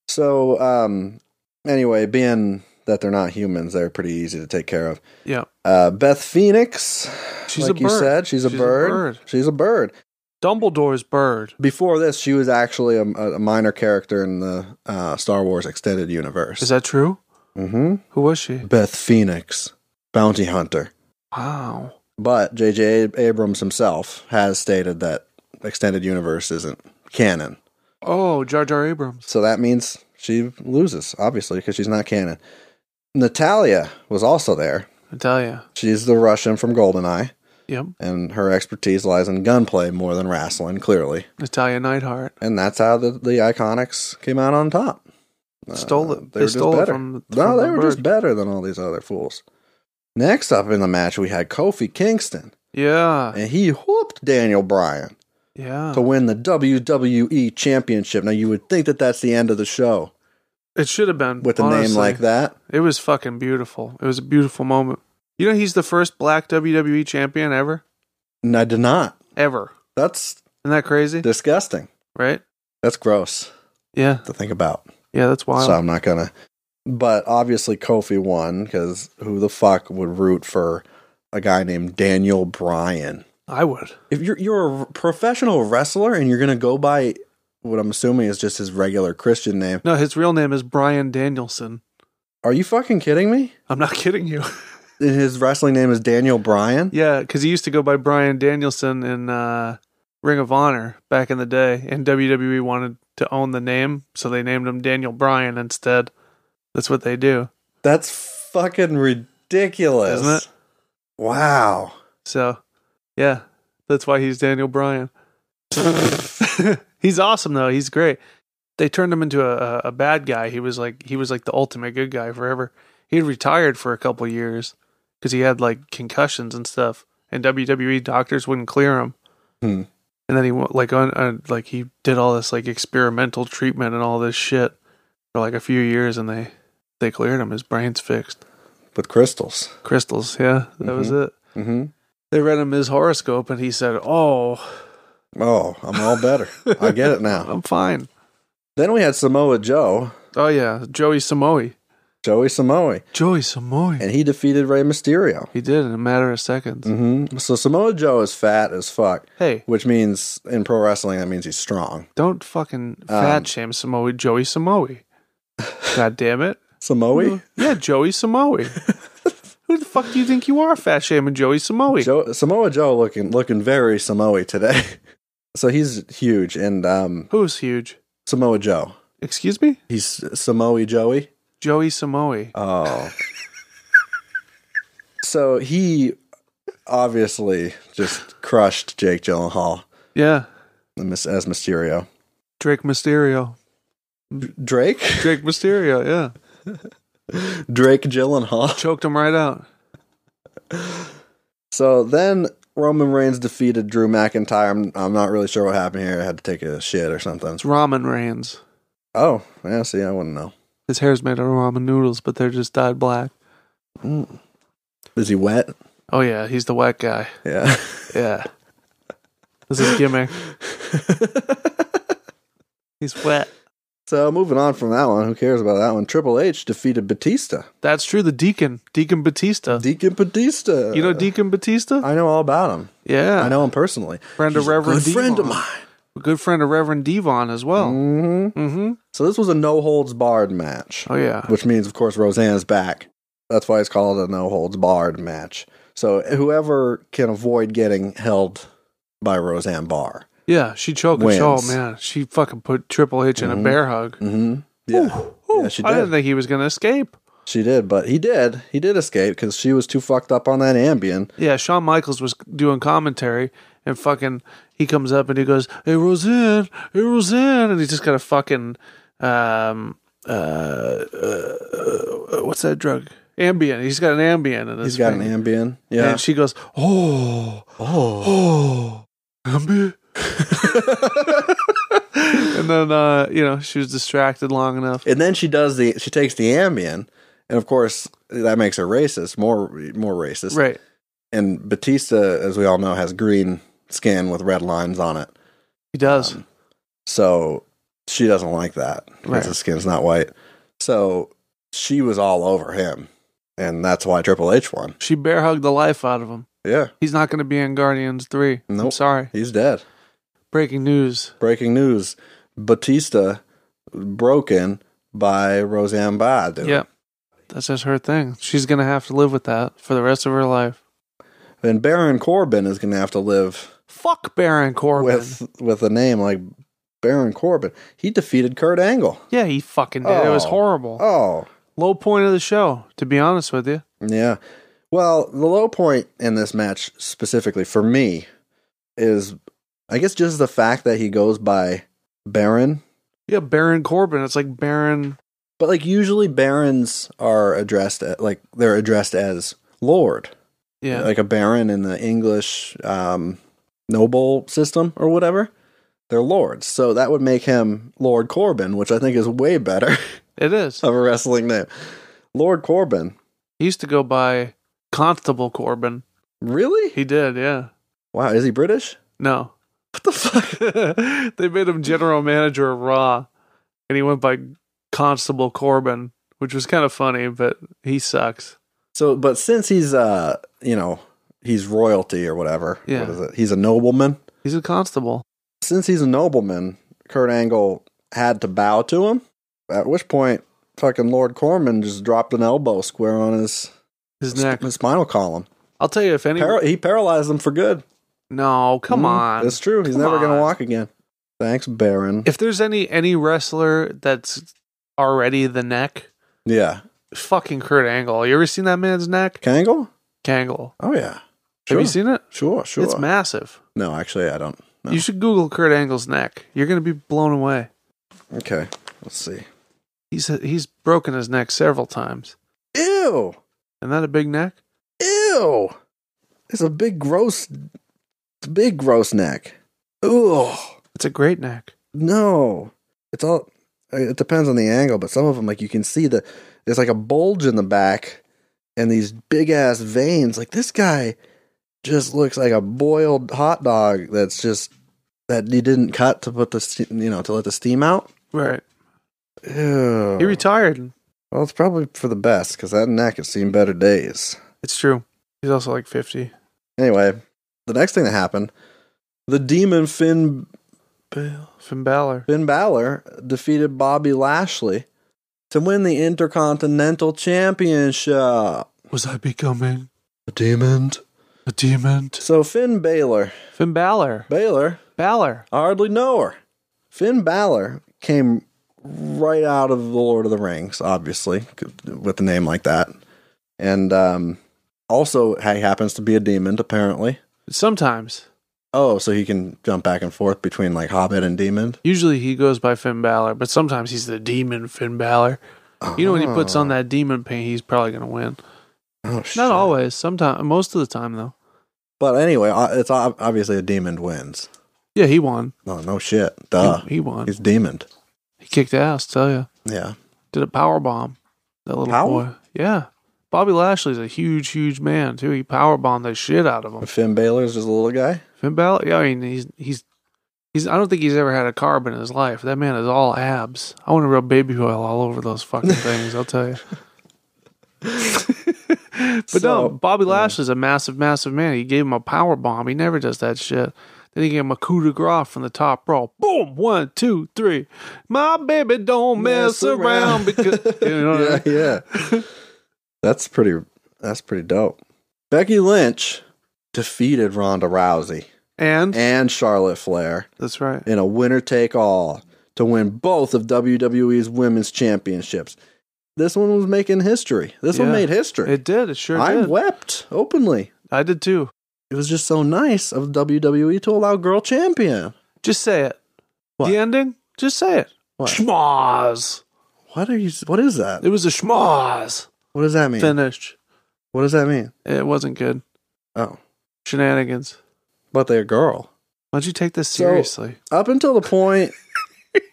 So, um anyway, being that they're not humans, they're pretty easy to take care of.
yeah,
Uh Beth Phoenix,
she's
like
a
you
bird.
said, she's a
She's a
bird.
bird.
She's a bird.
Dumbledore's bird.
Before this, she was actually a, a minor character in the uh, Star Wars extended universe.
Is that true?
mm-hmm.
Who was she?
Beth Phoenix, bounty hunter.
Wow.
But J.J. Abrams himself has stated that extended universe isn't canon.
Oh, Jar Jar Abrams.
So that means she loses, obviously, because she's not canon. Natalia was also there.
I tell you.
She's the Russian from Goldeneye,
Yep.
and her expertise lies in gunplay more than wrestling, clearly.
Natalia Neidhart.
And that's how the, the Iconics came out on top. Uh,
Stole it. They
were just
stole it
better.
from-
no,
from
they
the
were just
bird.
better than all these other fools. Next up in the match, we had Kofi Kingston,
Yeah.
and he whooped Daniel Bryan
Yeah.
to win the WWE Championship. Now, you would think that that's the end of the show
It should have been
with a name
honestly.
like that.
It was fucking beautiful. It was a beautiful moment. You know, he's the first black WWE champion ever,
And I did not.
ever.
That's
Isn't that crazy?
disgusting.
right?
That's gross
Yeah.
to think about.
Yeah. That's wild.
So I'm not gonna. But obviously Kofi won because who the fuck would root for a guy named Daniel Bryan?
I would.
If you're you're a professional wrestler and you're gonna go by what I'm assuming is just his regular Christian name,
No, his real name is Brian Danielson.
are you fucking kidding me?
I'm not kidding you. [LAUGHS]
And His wrestling name is Daniel Bryan.
yeah, because he used to go by Brian Danielson in uh, Ring of Honor back in the day, and WWE wanted to own the name, so they named him Daniel Bryan instead. That's what they do.
That's fucking ridiculous,
Isn't it?
Wow.
So, yeah, that's why he's Daniel Bryan. [LAUGHS] he's awesome though. He's great. They turned him into a, a, a bad guy. He was like he was like the ultimate good guy forever. He had retired for a couple years because he had like concussions and stuff, and WWE doctors wouldn't clear him.
Hmm.
And then he went like on uh, like he did all this like experimental treatment and all this shit for like a few years, and they they cleared him. His brain's fixed.
With crystals.
Crystals, yeah, that was it
Mm-hmm.
they read him his horoscope and he said, Oh,
Oh, I'm all better. I get it now.
I'm fine.
Then we had Samoa Joe.
Oh, yeah. Joey Samoe.
Joey Samoa,
Joey Samoy.
and he defeated Rey Mysterio. Mm-hmm.
He did in a matter of seconds.
Mm. So Samoa Joe is fat as fuck.
Hey.
which means in pro wrestling that means he's strong.
Don't fucking fat shame Samoa Joey Samoa. God damn it.
Samoa
Yeah, Joey Samoa. Who the fuck do you think you are, fat shaming Joey Samoa?
Joe, Samoa Joe looking looking very Samoa today. [LAUGHS] so he's huge, and um,
Who's huge?
Samoa Joe,
Excuse me?
he's Samoa Joey.
Joey Samoa.
Oh, so he obviously just crushed Jake Gyllenhaal
yeah.
as as Mysterio.
Drake Mysterio.
Drake,
Drake Mysterio, yeah.
Drake Gyllenhaal.
Choked him right out.
So then Roman Reigns defeated Drew McIntyre. I'm, I'm not really sure what happened here. I had to take a shit or something.
It's ramen Reigns.
Oh, yeah, see, I wouldn't know.
His hair's made out of ramen noodles, but they're just dyed black.
Is he wet?
Oh, yeah, he's the white guy.
Yeah. [LAUGHS]
Yeah. This is gimmick. [LAUGHS] he's wet.
so moving on from that one, who cares about that one? Triple H defeated Batista.
That's true. The Deacon, Deacon Batista.
Deacon Batista.
you know Deacon Batista?
uh, I know all about him.
yeah,
I know him personally.
Friend of
He's a
Reverend
good friend of
Devon.
mine.
A good friend of Reverend Devon as well.
Mhm.
Mm-hmm.
So this was a no holds barred match.
Oh yeah.
which means, of course, Roseanne's back. That's why it's called a no holds barred match. So whoever can avoid getting held by Roseanne Barr.
Yeah, she choked.
Wins.
Oh man, she fucking put Triple H in a bear hug.
Mm-hmm. Yeah. yeah, she
I didn't
did.
think he was gonna escape.
She did, but he did. He did escape because she was too fucked up on that Ambien.
Yeah, Shawn Michaels was doing commentary, and fucking he comes up and he goes, "Hey Roseanne, hey Roseanne," and he's just got a fucking um uh, uh, uh what's that drug? Ambien. He's got an Ambien in his.
He's got an
finger.
Ambien. Yeah.
And she goes, "Oh, oh, oh,
[LAUGHS]
Ambien." and then uh, you know she was distracted long enough.
and then she does the. She takes the Ambien, and of course that makes her racist, more more racist.
Right.
And Batista, as we all know, has green skin with red lines on it.
He does.
Um, So she doesn't like that because
Right.
his skin's not white. So she was all over him. And that's why Triple H won.
she bear hugged the life out of him.
Yeah.
He's not going to be in Guardians 3. No, I'm
Nope.
sorry.
He's dead.
Breaking news.
Breaking news Batista broken by Roseanne Barr. Dude.
Yep. That's just her thing. She's going to have to live with that for the rest of her life.
And Baron Corbin is going to have to live
Fuck Baron Corbin.
with with a name like Baron Corbin. He defeated Kurt Angle.
yeah, he fucking did. It was
Oh.
horrible.
Oh,
Low point of the show, to be honest with you.
Yeah. Well, the low point in this match specifically for me is I guess just the fact that he goes by Baron.
Yeah, Baron Corbin. It's like Baron.
But like usually barons are addressed at, like they're addressed as lord.
Yeah.
Like a baron in the English um noble system or whatever. They're lords. So that would make him Lord Corbin, which I think is way better [LAUGHS]
it is.
of a wrestling name. Lord Corbin.
He used to go by Constable Corbin.
Really?
He did, yeah.
Wow, is he British?
No. What the fuck? [LAUGHS] they made him general manager of Raw, and he went by Constable Corbin, which was kind of funny, but he sucks.
So, but since he's, uh, you know, he's royalty or whatever.
Yeah.
What is it? He's a nobleman.
He's a constable.
Since he's a nobleman, Kurt Angle had to bow to him. At which point, fucking Lord Corman just dropped an elbow square on his,
His neck.
his spinal column.
I'll tell you if any.
Paral- he paralyzed him for good.
no, come
Mhm.
on.
It's true. He's
Come
never going
on.
to walk again. Thanks, Baron.
If there's any any wrestler that's already the neck,
yeah.
fucking Kurt Angle. You ever seen that man's neck?
Kangle?
Kangle.
Oh, yeah.
Have you seen it?
Sure, sure.
It's massive.
no, actually, I don't. No.
You should Google Kurt Angle's neck. You're gonna be blown away.
okay. Let's see.
He's he's broken his neck several times.
Ew.
Isn't that a big neck?
Ew! It's a big gross, it's a big gross neck. Ugh!
It's a great neck.
No, it's all. uh, It depends on the angle, but some of them, like you can see the, there's like a bulge in the back, and these big ass veins. Like this guy, just looks like a boiled hot dog that's just that he didn't cut to put the ste- you know to let the steam out.
Right.
Ew.
He retired.
Well, it's probably for the best because that neck has seen better days.
It's true. He's also like 50.
Anyway, the next thing that happened, the demon Finn
Bill Finn Balor.
Finn Balor defeated Bobby Lashley to win the Intercontinental Championship.
Was I becoming
The demon.
a demon?
So Finn Balor,
Finn Balor.
Balor,
Balor.
I hardly know her. Finn Balor came right out of the Lord of the Rings, obviously, with a name like that, and um, also he happens to be a demon, apparently.
Sometimes.
Oh, so he can jump back and forth between like Hobbit and Demon.
Usually he goes by Finn Balor, but sometimes he's the demon Finn Balor. You know when he puts on that demon paint, he's probably gonna win.
Oh,
Not
shit.
always. Sometimes, most of the time though.
But anyway, o- it's ob- obviously a demon wins.
Yeah, he won.
Oh, No, no shit.
He-
Duh.
he, won.
He's demoned.
He kicked ass. Tell you,
Yeah.
did a power bomb. That little
Power?
boy. Yeah. Bobby Lashley's a huge, huge man too. He power bombed the shit out of him.
Finn Balor's just a little guy.
Finn Balor. Yeah, I mean he's he's he's. I don't think he's ever had a carb in his life. That man is all abs. I want to rub baby oil all over
[LAUGHS]
those fucking things. I'll tell you. but
So-
no, Bobby Lashley's a massive, massive man. He gave him a power bomb. He never does that shit. Then he gave him a coup de grace from the top row. Boom! One, two, three. My baby don't mess,
Mess
around.
around.
because you know what I
[LAUGHS]
mean?
yeah, yeah. that's pretty. That's pretty dope. Becky Lynch defeated Ronda Rousey
And
and Charlotte Flair
that's right.
in a winner take all to win both of WWE's women's championships. This one was making history. This one
Yeah.
made history.
It did. It sure
I
did.
wept openly.
I did too.
It was just so nice of WWE to allow girl champion.
Just say it.
What?
The ending. Just say it.
What?
Schmoz.
What are you? What is that?
It was a schmoz.
What does that mean?
Finished.
what does that mean?
It wasn't good.
Oh,
Shenanigans.
but they're girl.
Why don't you take this
So-
seriously?
Up until the point,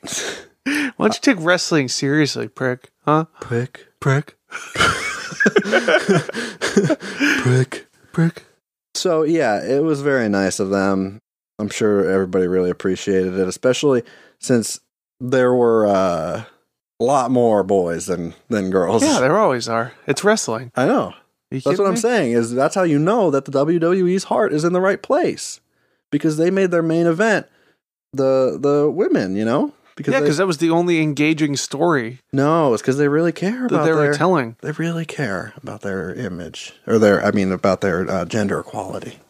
Why don't you take wrestling seriously, prick? Huh?
prick,
[LAUGHS] Prick. [LAUGHS]
prick.
Prick.
So yeah, it was very nice of them. I'm sure everybody really appreciated it, especially since there were uh, a lot more boys than than girls.
Yeah, there always are. It's wrestling.
[LAUGHS] I know.
Are you
That's
kidding
what I'm
me?
saying. Is that's how you know that the WWE's heart is in the right place because they made their main event the the women. You know because
Yeah,
they-
because that was the only engaging story
no, it's because they really care
that
about
they were
their
telling.
they really care about their image or their I mean about their uh, gender equality.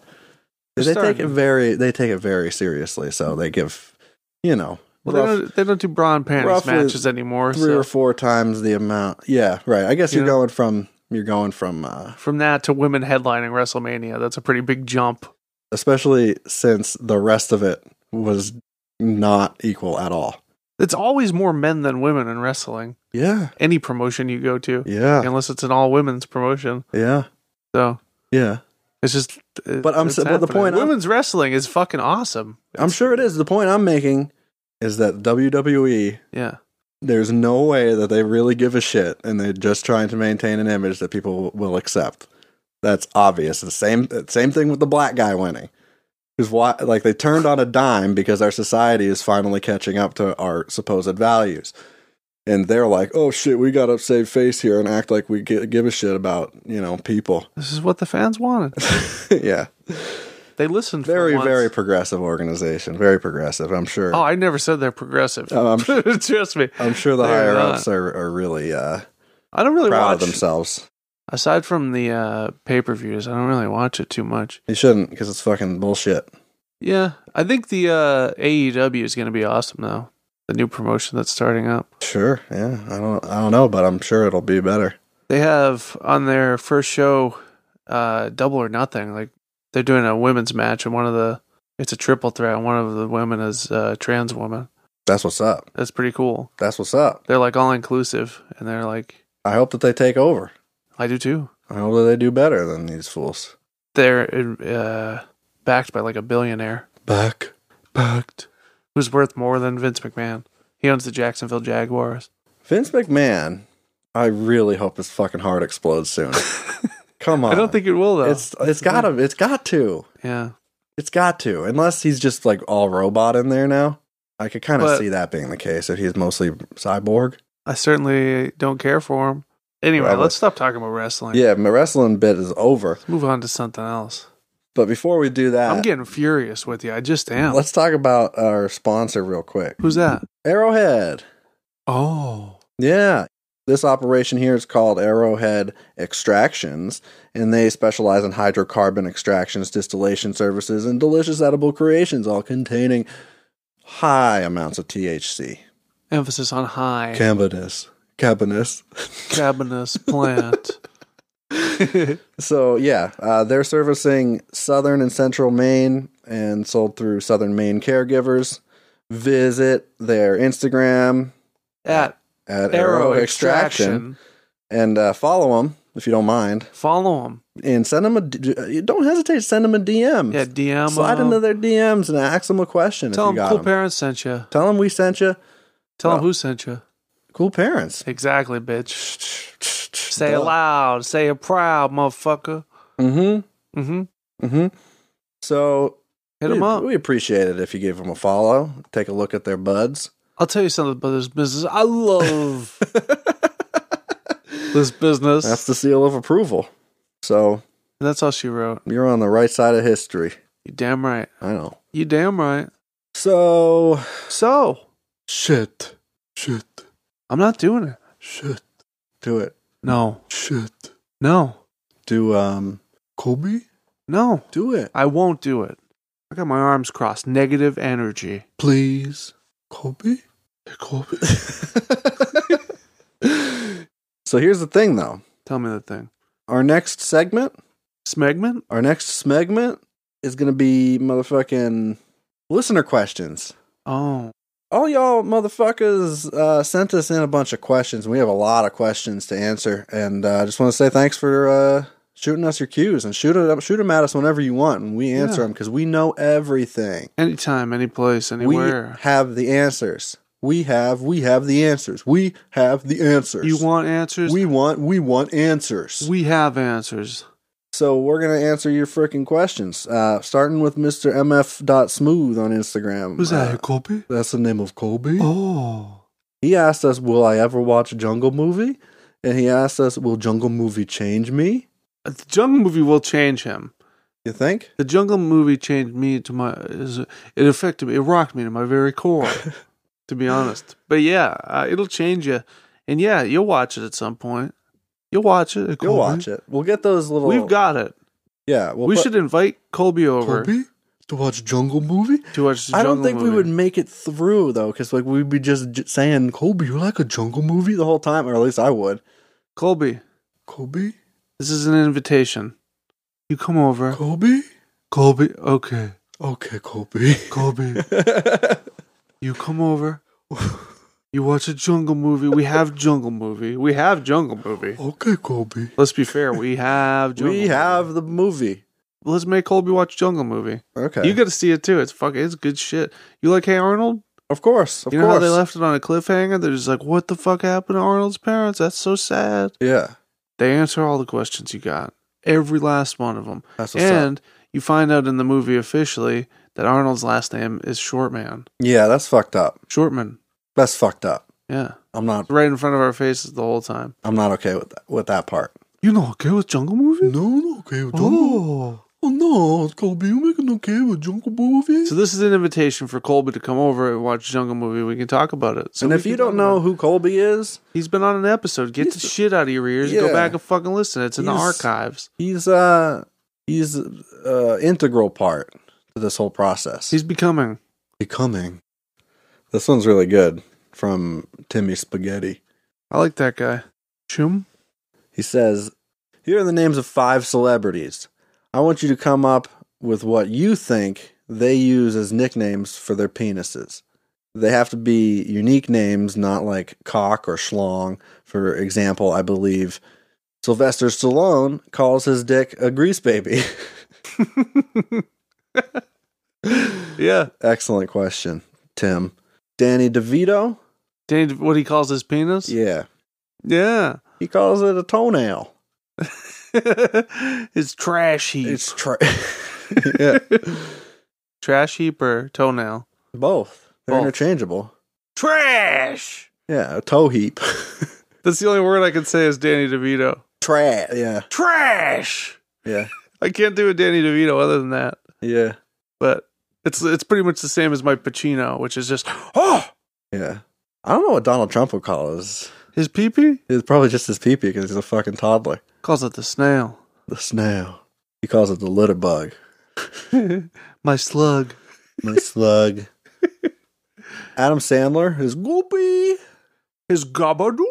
They
They're
take it
starting.
very they take it very seriously, so they give you know
Well,
rough-
they, don't, they don't do bra and panties
roughly
matches anymore.
three
so
or four times the amount. Yeah, right. I guess
You
you are
know?
going from you're going from uh,
From that to women headlining WrestleMania, that's a pretty big jump.
especially since the rest of it was not equal at all.
It's always more men than women in wrestling.
Yeah,
Any promotion you go to,
yeah,
unless it's an all women's promotion.
yeah,
So
yeah.
It's just. it-
But I'm
it's
sa- but the
happening.
point I'm-
Women's wrestling is fucking awesome.
I'm sure it is. The point I'm making is that E WWE
Yeah.
there's no way that they really give a shit and they're just trying to maintain an image that people will accept. That's obvious. The same uh, same thing with the black guy winning. Because why like they turned on a dime because our society is finally catching up to our supposed values. And they're like, "Oh shit, we got to save face here and act like we gi- give a shit about, you know, people." [LAUGHS]
This is what the fans wanted.
yeah.
They listened. for
Very
once.
very progressive organization. Very progressive, I'm sure.
Oh, I never said they're progressive.
Oh,
[LAUGHS]
I'm sure-
Trust me.
I'm sure the higher
they're not.
ups are, are really uh,
I don't really
proud of
watch.
themselves.
Aside from the uh, pay per views, I don't really watch it too much.
You shouldn't, because it's fucking bullshit.
Yeah, I think the uh, AEW is going to be awesome though. The new promotion that's starting up.
Sure, yeah. I don't, I don't know, but I'm sure it'll be better.
They have on their first show, uh, double or nothing. Like they're doing a women's match, and one of the it's a triple threat. And one of the women is a trans woman.
That's what's up.
That's pretty cool.
That's what's up.
They're like all inclusive, and they're like,
I hope that they take over.
I do too.
I hope that they do better than these fools.
They're uh, backed by like a billionaire,
Back, backed.
who's worth more than Vince McMahon. He owns the Jacksonville Jaguars.
Vince McMahon. I really hope his fucking heart explodes
[LAUGHS]
soon. Come on.
I don't think it will though.
it's it's got to it's got to
yeah,
it's got to unless he's just like all robot in there now. I could kind of
But-
see that being the case if he's mostly cyborg.
I certainly don't care for him. Anyway,
Right.
let's stop talking about wrestling.
Yeah, my wrestling bit is over.
Move on to something else.
But before we do that,
I'm getting furious with you. I just am.
let's talk about our sponsor real quick
Who's that?
Arrowhead.
Oh.
Yeah. This operation here is called Arrowhead Extractions, and they specialize in hydrocarbon extractions, distillation services, and delicious edible creations, all containing high amounts of THC.
Emphasis on high.
Cannabis. Cannabis. [LAUGHS]
Cabinus plant.
So, yeah, uh, they're servicing southern and central Maine and sold through Southern Maine caregivers. Visit their Instagram
At
at
Arrow Extraction.
and uh, follow them if you don't mind.
Follow them.
and send them a d- don't hesitate to send them a DM.
Yeah, DM
Slide
them.
into their DMs and ask them a question.
Tell
if you
them
got
cool
'em.
parents sent you.
Tell them we sent you.
Tell them
Oh.
who sent you.
Cool parents.
Exactly, bitch. Say
Duh.
it loud. Say it proud, motherfucker.
Mm-hmm.
Mm-hmm. Hit
Mm-hmm. So
them
we,
up.
we appreciate it if you give them a follow. Take a look at their buds.
I'll tell you something about this business.
[LAUGHS]
I love this business.
That's the seal of approval. So
That's all she wrote.
you're on the right side of history.
You damn right.
I know.
You damn right.
So
So
shit, shit,
I'm not doing it.
shit. Do it.
No.
Shit.
No.
Do um Kobe.
No.
Do it.
I won't do it. I got my arms crossed. Negative energy.
please, Kobe? Kobe. [LAUGHS] so here's the thing, though.
Tell me the thing.
Our next segment,
Smegman?
our next segment is going to be motherfucking listener questions.
Oh.
All y'all motherfuckers uh, sent us in a bunch of questions. We have a lot of questions to answer, and uh, I just want to say thanks for uh, shooting us your cues and shoot it up, shoot them at us whenever you want, and we answer
Yeah.
them because we know everything.
Anytime, any place, anywhere.
We have the answers. We have we have the answers. We have the answers.
You want answers?
we want we want answers.
we have answers.
so we're gonna answer your freaking questions. Uh, starting with Mr. MF. Smooth on Instagram.
Who's
Uh,
that? Kobe?
that's the name of Colby.
Oh.
He asked us, "Will I ever watch a Jungle Movie?" And he asked us, "Will Jungle Movie change me?"
The jungle movie will change him.
You think?
The jungle movie changed me to my. is- It affected me. It rocked me to my very
[LAUGHS]
core, to be honest. But yeah, uh, it'll change you. And yeah, you'll watch it at some point. You'll watch it.
Go watch it. We'll get those little.
We've got it.
Yeah, we'll
we
put-
should invite Colby over
to watch Jungle Movie.
to watch. The
I
Jungle
don't think we
Movie.
would make it through though, because like we'd be just j- saying, "Kobe, you like a jungle movie?" the whole time, or at least I would.
Colby,
Kobe,
this is an invitation. You come over.
Kobe,
Colby, okay.
okay, Kobe. [LAUGHS]
Colby, you come over. You watch a jungle movie. We have jungle movie. We have jungle
[LAUGHS]
movie.
okay, Kobe.
Let's be fair. We have jungle.
We
Movie.
have the movie.
Let's make Colby watch Jungle Movie.
Okay,
You got to see it too. It's fuck. It's good shit. You like Hey Arnold?
of course, of
you know
course.
how they left it on a cliffhanger? They're just like, "What the fuck happened to Arnold's parents? That's so sad."
Yeah,
They answer all the questions you got, every last one of them.
that's what's up.
And you find out in the movie officially that Arnold's last name is Shortman.
Yeah, that's fucked up.
Shortman.
That's fucked up.
Yeah,
I'm not.
right in front of our faces the whole time.
I'm not okay with that, with that part.
You know, okay with Jungle Movie?
no, okay with
Oh.
Oh no, Kobe, you making okay with jungle movie?
So this is an invitation for Colby to come over and watch Jungle Movie. We can talk about it. So
and
we
if you
can
don't
talk about
know
it.
who Colby is,
He's been on an episode. Get the shit out of your ears.
Yeah.
Go back and fucking listen. It's in the
He's-
archives.
he's uh he's uh integral part to this whole process
He's becoming.
becoming this one's really good from timmy spaghetti
I like that guy. Chum.
he says here are the names of five celebrities i want you to come up with what you think they use as nicknames for their penises they have to be unique names not like cock or schlong for example i believe sylvester stallone calls his dick a grease baby [LAUGHS]
Yeah.
Excellent question, Tim. Danny DeVito?
Danny, what he calls his penis?
Yeah.
[LAUGHS] Yeah.
He calls it a toenail.
his trash heap.
It's tra- [LAUGHS] yeah.
trash heap or toenail?
Both. They're
Both.
interchangeable.
Trash!
Yeah, a toe heap. [LAUGHS]
That's the only word I can say is Danny DeVito.
Trash. Yeah,
Trash.
yeah,
I can't do a Danny DeVito other than that.
yeah,
But it's it's pretty much the same as my Pacino, which is just [GASPS] oh
yeah. I don't know what Donald Trump would call his.
his pee pee
It's probably just his peepee because he's a fucking toddler.
calls it the snail.
The snail. He calls it the litter bug.
my slug. [LAUGHS]
The slug. Adam Sandler is goopy.
His gabadoo.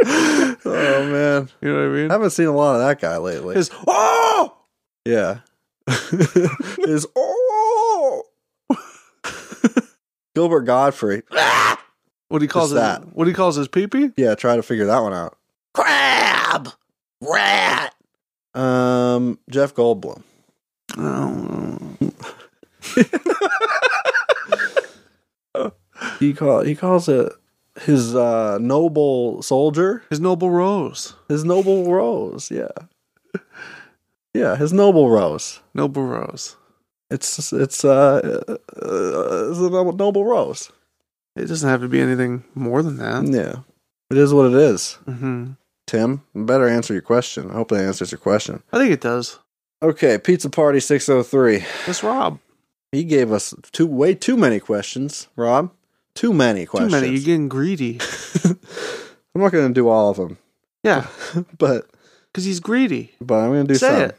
Oh man,
You know what I mean?
I haven't seen a lot of that guy lately.
His oh
yeah, [LAUGHS] is oh [LAUGHS] Gilbert Godfrey.
what he calls
Just
it,
that.
what he calls his pee pee?
Yeah, try to figure that one out. Crab, rat. Um, Jeff Goldblum. He call he calls it his uh, noble soldier,
His noble rose.
his noble rose. Yeah, yeah, his noble rose.
Noble rose.
It's it's uh, uh, uh it's a noble, noble rose.
It doesn't have to be anything more than that.
Yeah, it is what it is.
hmm
Tim, better answer your question. I hope that answers your question.
I think it does.
Okay, Pizza Party 603.
That's Rob.
He gave us two way too many questions, Rob. Too many questions.
Too many. You're getting greedy.
I'm not going to do all of them,
Yeah,
[LAUGHS] but
because he's greedy.
but I'm going to do
Say
some.
it.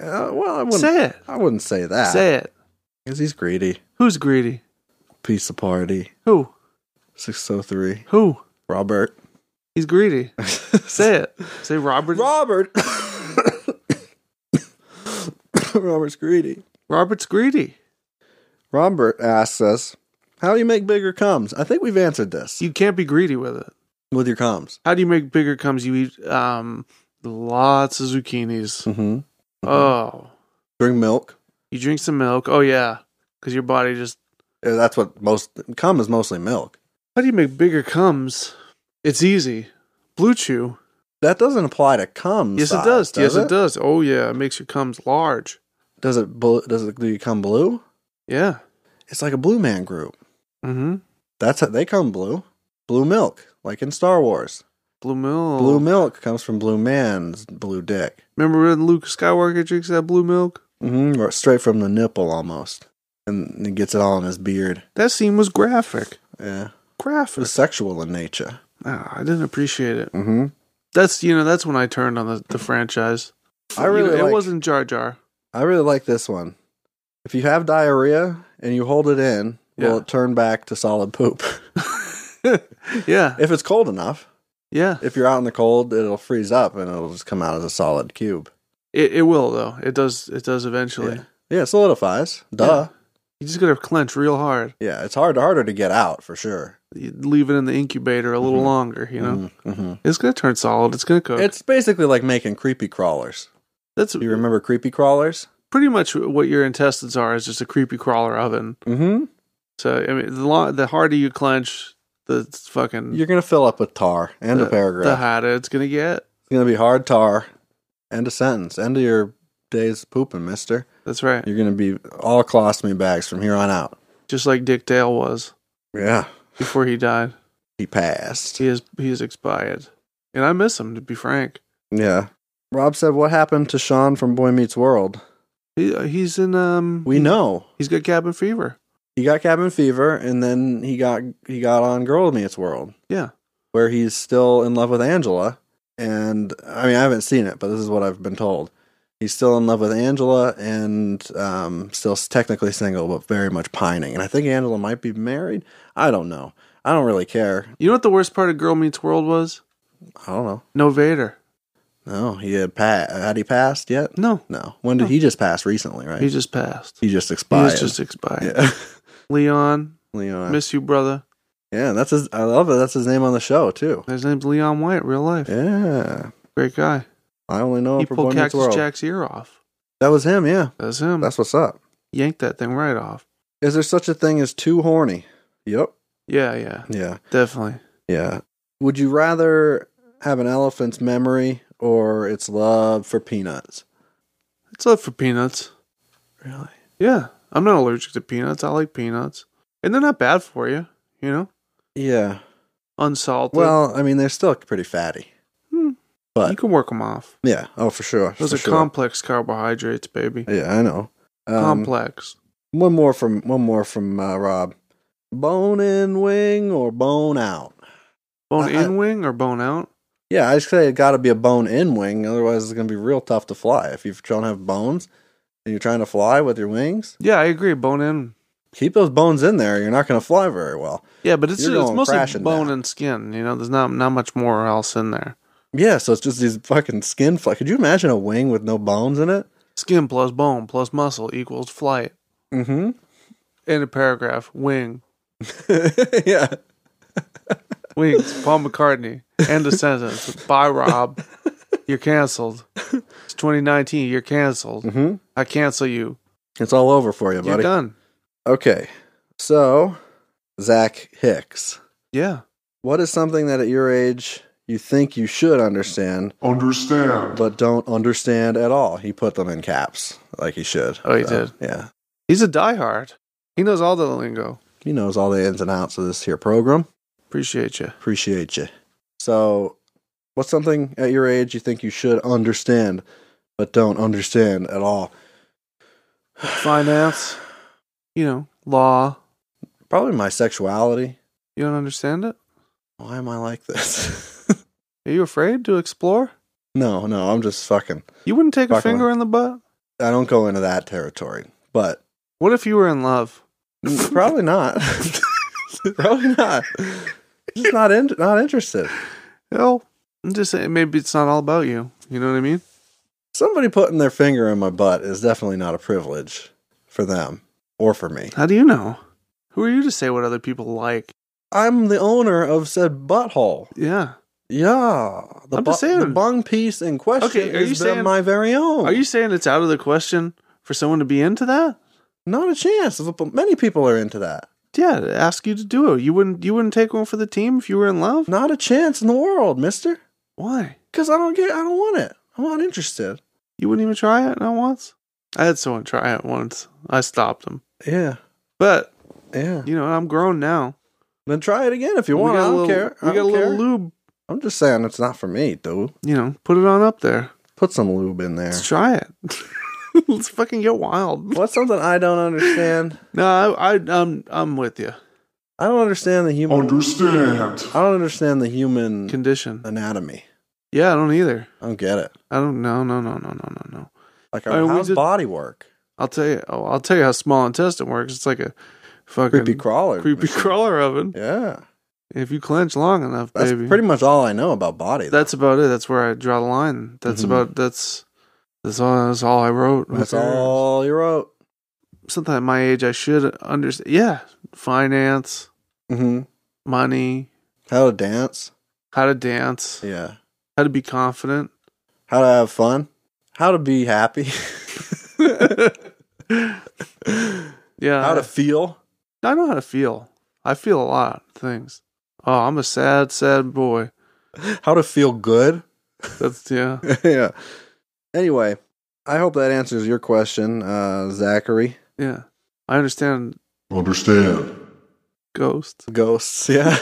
Uh, well, I wouldn't
Say it.
I wouldn't say that.
Say it.
Cuz he's greedy.
Who's greedy?
Pizza Party
Who?
603.
Who?
Robert.
He's greedy.
[LAUGHS]
Say it. Say Robert.
Robert. [LAUGHS] Robert's greedy.
Robert's greedy.
Robert asks us, "How do you make bigger comes?" I think we've answered this
You can't be greedy with it.
with your comes.
How do you make bigger comes? You eat um lots of zucchinis.
Mm-hmm.
Oh,
Drink milk.
you drink some milk. Oh yeah, because your body just.
Uh, That's what most cum is mostly milk.
How do you make bigger comes? It's easy. Blue Chew.
That doesn't apply to cum.
Yes,
size,
it does. yes, it?
it
does. Oh yeah, it makes your comes large.
Does it? bl- Does it? Do you come blue?
Yeah.
It's like a blue man group.
Mm-hmm.
That's how they come blue. Blue milk, like in Star Wars.
Blue milk.
Blue milk comes from blue man's blue dick.
Remember when Luke Skywalker drinks that blue milk?
Mm-hmm. Or straight from the nipple, almost, and he gets it all in his beard.
That scene was graphic.
Yeah, it
Graphic.
was sexual in nature.
Ah, I didn't appreciate it.
Mm-hmm.
That's you know that's when I turned on the, the franchise.
I really
You know,
like-
it wasn't Jar Jar.
I really like this one. If you have diarrhea and you hold it in, will
Yeah.
it turn back to solid poop? [LAUGHS]
Yeah,
if it's cold enough.
yeah.
if you're out in the cold, it'll freeze up and it'll just come out as a solid cube.
It it will though. It does it does eventually.
Yeah, it solidifies. Duh.
You just gotta clench real hard.
Yeah, it's hard harder to get out for sure.
You leave it in the incubator a little longer. You know,
Mm-hmm.
it's gonna turn solid. It's gonna cook.
It's basically like making creepy crawlers.
that's
You remember creepy crawlers?
pretty much what your intestines are is just a creepy crawler oven.
Mm-hmm.
So I mean, the lo- the harder you clench, the fucking
You're gonna fill up with tar. End
the,
a
the
paragraph.
hotter it's gonna get.
it's gonna be hard tar. End of sentence. End of your day's pooping, Mister.
That's right.
You're gonna be all colostomy bags from here on out.
Just like Dick Dale was
Yeah.
before he died.
He passed.
He is he is expired, and I miss him to be frank.
Yeah. Rob said, "What happened to Sean from Boy Meets World?"
He, he's in um
We know.
he's got cabin fever.
he got cabin fever and then he got he got on girl meets world
Yeah,
where he's still in love with angela and i mean i haven't seen it but this is what i've been told he's still in love with angela and um, still technically single but very much pining and i think angela might be married i don't know i don't really care
you know what the worst part of Girl Meets World was?
i don't know
No Vader.
no he had passed had he passed yet
No,
no when did he just pass recently right
he just passed.
he just
He
expired
was just
[LAUGHS]
expired.
yeah
Leon,
Leon.
miss you, brother.
yeah that's his i love it that's his name on the show too
His name's Leon White, real life.
yeah
Great guy.
I only know
He
him for Boy
pulled
Meets
Cactus Hmm.
World.
Jack's ear off.
That was him, yeah.
That's him.
That's what's up.
Yanked that thing right off.
Is there such a thing as too horny? Yep.
Yeah, yeah,
Yeah.
definitely.
Yeah. Would you rather have an elephant's memory or its love for peanuts?
It's love for peanuts.
Really?
Yeah, I'm not allergic to peanuts. I like peanuts. and they're not bad for you. You know,
Yeah.
unsalted.
Well, I mean, they're still pretty fatty.
Hmm. you can work them off.
Yeah. Oh, for sure.
Those
for
are
sure.
complex carbohydrates, baby.
Yeah, I know. Um,
complex.
One more from one more from uh, Rob. Bone in wing or bone out?
Bone
I- I-
in wing or bone out?
Yeah, I say it got to be a bone in wing. Otherwise, it's gonna be real tough to fly. If you don't have bones and you're trying to fly with your wings,
Yeah, I agree. Bone in.
keep those bones in there. You're not gonna fly very well.
Yeah, but it's,
You're
it's
going
mostly
crashing
bone
down.
and skin. You know, there's not not much more else in there.
Yeah, so it's just these fucking skin fly. Could you imagine a wing with no bones in it?
Skin plus bone plus muscle equals flight.
Mm-hmm.
End of paragraph. Wing.
[LAUGHS] yeah.
Wings. Paul McCartney. End of sentence. Bye, Rob. You're canceled. It's 2019. You're canceled.
Mm-hmm.
I cancel you.
It's all over for you,
You're
buddy.
done.
Okay. So, Zach Hicks.
Yeah.
What is something that at your age you think you should understand,
Understand.
but don't understand at all? He put them in caps like he should.
Oh, he did.
Yeah.
He's a diehard. He knows all the lingo.
He knows all the ins and outs of this here program.
Appreciate you.
Appreciate you. So, what's something at your age you think you should understand, but don't understand at all?
Finance. You know, law.
Probably my sexuality.
You don't understand it?
Why am I like this? [LAUGHS]
Are you afraid to explore?
no, no, I'm just fucking.
You wouldn't take a
Fucking
finger in the butt?
I don't go into that territory, but
What if you were in love?
Mm, Probably not. [LAUGHS] Probably not. Just not in, not interested.
Well, I'm just saying, maybe it's not all about you. You know what I mean?
Somebody putting their finger in my butt is definitely not a privilege for them or for me.
How do you know? Who are you to say what other people like?
I'm the owner of said butthole.
Yeah.
Yeah, the,
I'm just
bu-
saying.
the bung piece in question
Okay, are
is
you
the-
saying-
my very own.
Are you saying it's out of the question for someone to be into that?
not a chance? Many people are into that.
Yeah, to ask you to do it. You wouldn't you wouldn't take one for the team if you were in love?
Not a chance in the world, Mister.
Why?
Because I don't get. I don't want it. I'm not interested.
You wouldn't even try it not once? I had someone try it once. I stopped them.
Yeah,
But,
yeah.
you know, I'm grown now.
Then try it again if you
We
want.
got
I
a
don't
little-
care.
We
I
got a
don't
little
care.
lube,
I'm just saying it's not for me, dude.
you know, put it on up there.
Put some lube in there.
Let's try it. [LAUGHS] Let's fucking get wild.
What's something I don't understand?
No, I, I I'm I'm with you.
I don't understand the human.
Understand.
I don't understand the human Uh.
Condition.
anatomy.
Yeah, I don't either.
I don't get it.
I don't. No, no, no, no, no, no, no.
Like,
I mean, we
how's
did-
body work?
I'll tell you. Oh, I'll tell you how small intestine works. It's like a fucking
Creepy crawler.
creepy crawler oven.
Yeah,
If you clench long enough,
that's
baby.
pretty much all I know about body. though.
That's about it. That's where I draw the line. That's
Mhm.
about. That's that's all. That's all I wrote. Who
that's
cares?
all you wrote.
Something at my age I should understand. Yeah, finance,
Mm-hmm.
money,
How to dance?
how to dance,
Yeah.
how to be confident.
How to have fun? How to be happy? [LAUGHS]
Yeah,
how to feel?
I know how to feel. I feel a lot of things. Oh, I'm a sad, sad boy.
How to feel good? [LAUGHS]
That's yeah.
yeah. Anyway, I hope that answers your question, uh, Zachary.
Yeah. I understand
Understand.
ghosts.
Ghosts, [LAUGHS] yeah.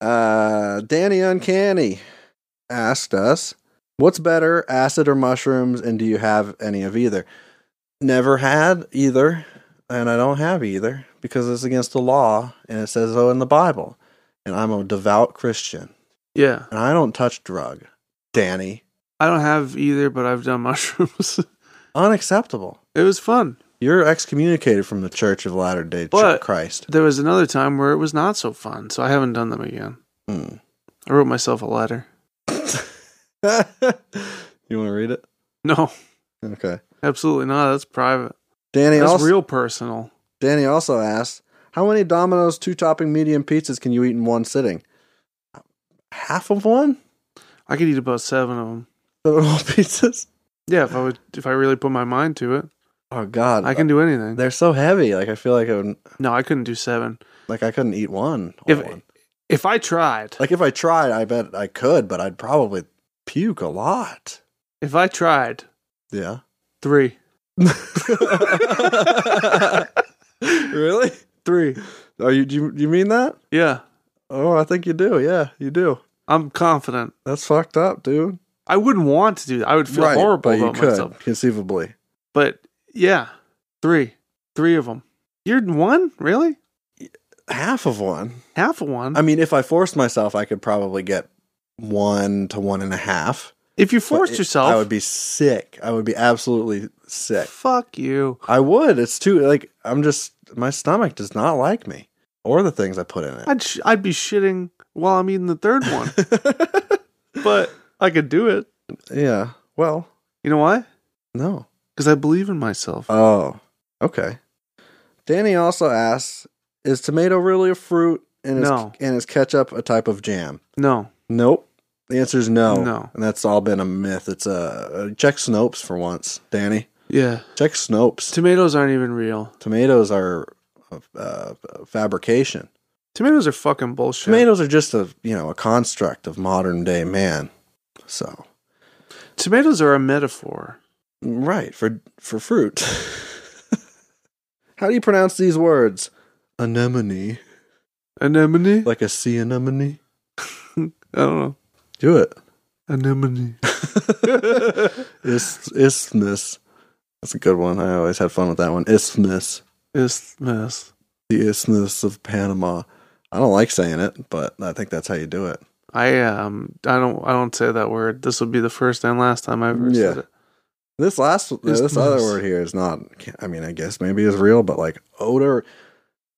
uh, Danny Uncanny asked us, "What's better, acid or mushrooms? And do you have any of either?" Never had either, and I don't have either because it's against the law, and it says so in the Bible. And I'm a devout Christian,
Yeah.
and I don't touch drug. Danny,
I don't have either, but I've done [LAUGHS] mushrooms.
unacceptable.
it was fun.
You're excommunicated from the Church of Latter Day
But-
Christ. [LAUGHS]
There was another time where it was not so fun, so I haven't done them again.
Hmm.
I wrote myself a letter. [LAUGHS]
you want to read it?
No,
Okay.
absolutely not. That's private.
Danny
That's
also
real personal.
Danny also asked, "How many Domino's two-topping medium pizzas can you eat in one sitting?" Half of one. [LAUGHS]
I could eat about seven of them.
Seven whole pizzas.
Yeah, if I would, if I really put my mind to it,
Oh God,
I can do anything.
They're so heavy. Like I feel like I would,
No, I couldn't do seven.
like I couldn't eat one. whole
If
one.
if I tried,
Like if I tried, I bet I could, but I'd probably puke a lot.
if I tried
Yeah.
three,
really? [LAUGHS] Three. Are you, do you? do You mean that?
Yeah,
Oh, I think you do. Yeah, you do.
I'm confident.
That's fucked up, dude.
I wouldn't want to do that. I would feel horrible
but you
about
could
myself.
conceivably.
But yeah, three, three of them. You're one, really?
Half of one.
Half of one.
I mean, if I forced myself, I could probably get one to one and a half.
if you
But
forced
it-
yourself,
I would be sick. I would be absolutely sick.
fuck you.
I would. It's too like I'm just my stomach does not like me or the things I put in it.
I'd sh- I'd be shitting while I'm eating the third
[LAUGHS]
one. [LAUGHS] but I could do it.
yeah. Well,
You know why?
no.
Because I believe in myself.
Oh. Okay. Danny also asks, "Is tomato really a fruit? And is
No.
and is ketchup a type of jam?"
no,
Nope. The answer is no.
No.
And that's all been a myth. It's a uh, check Snopes for once, Danny.
yeah,
Check Snopes.
tomatoes aren't even real.
Tomatoes are a uh, a fabrication.
Tomatoes are fucking bullshit.
Tomatoes are just a you know a construct of modern day man. So
tomatoes are a metaphor.
right for for fruit. [LAUGHS] How do you pronounce these words? Anemone,
Anemone.
like a sea anemone.
I don't know.
Do it.
Anemone.
Is- Isthmus. That's a good one. I always had fun with that one. Isthmus.
Isthmus.
the isthmus of Panama. I don't like saying it, but I think that's how you do it.
I um I don't I don't say that word. This will be the first and last time I ever
Yeah.
said it.
This last, this
Isthmus.
other word here is not. I mean, I guess maybe it's real, but like odor,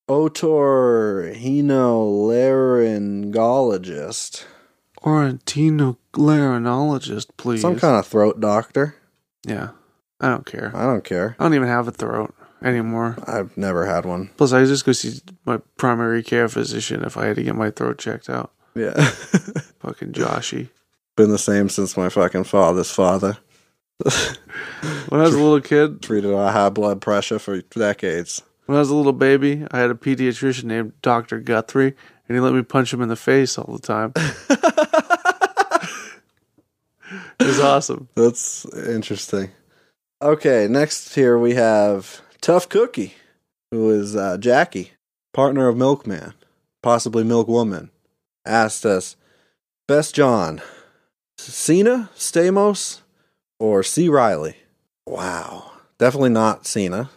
otorhinolaryngologist,
Orantino laryngologist, please.
some kind of throat doctor.
Yeah. I don't care.
I don't care.
I don't even have a throat anymore.
I've never had one.
Plus, I just go see my primary care physician if I had to get my throat checked out.
Yeah,
Fucking Joshy.
[LAUGHS] been the same since my fucking father's father
When I was a little kid,
treated our high blood pressure for decades.
when I was a little baby, I had a pediatrician named Dr. Guthrie, and he let me punch him in the face all
[LAUGHS]
the time. it was awesome.
That's interesting. Okay, next here we have Tough Cookie, who is uh, Jackie, partner of Milkman, possibly Milkwoman, asked us Best John, Cena, Stamos, or C. Riley? Wow. Definitely not Cena,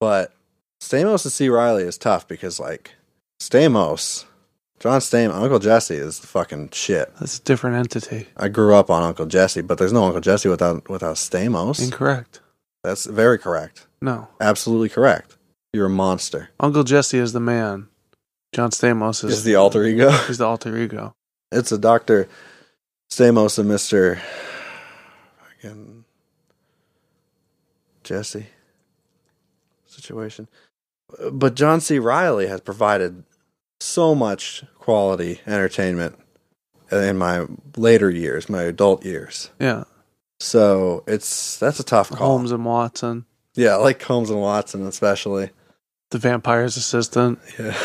but Stamos and C. Riley is tough because, like, Stamos, John Stamos, Uncle Jesse is the fucking shit.
That's a different entity.
I grew up on Uncle Jesse, but there's no Uncle Jesse without without Stamos.
Incorrect.
That's very correct.
No.
Absolutely correct. You're a monster.
Uncle Jesse is the man. John Stamos is,
Is the alter ego? [LAUGHS]
he's the alter ego.
It's a Doctor Stamos and Mister fucking Jesse situation. But John C. Riley has provided so much quality entertainment in my later years, my adult years.
Yeah.
So it's that's a tough call.
Holmes and Watson,
Yeah, I like Holmes and Watson especially.
the vampire's assistant,
Yeah.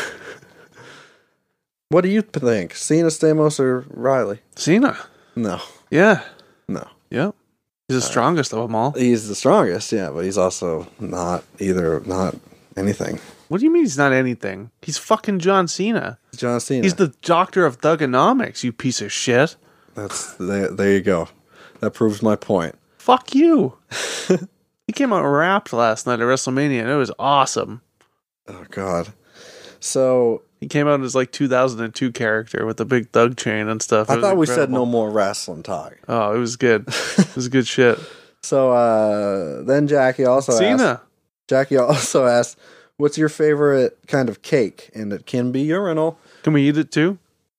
[LAUGHS] what do you think? Cena, Stamos, or Riley?
Cena.
No,
Yeah.
no.
Yep. He's the strongest of them all.
He's the strongest, yeah, but he's also not either, not anything.
What do you mean he's not anything? He's fucking John Cena.
John Cena.
He's the doctor of thugonomics, you piece of shit.
That's there, there. You go. That proves my point. [LAUGHS]
Fuck you. he came out wrapped last night at WrestleMania and it was awesome.
Oh God. So
He came out as like 2002 character with the big thug chain and stuff.
I
It was
thought we said no
incredible.
more wrestling talk.
Oh, it
[LAUGHS]
was good. It was good shit.
So uh, then Jackie also
Cena.
asked, Jackie [LAUGHS] also asked, "What's your favorite kind of cake?" And it can be urinal.
Can we eat it too?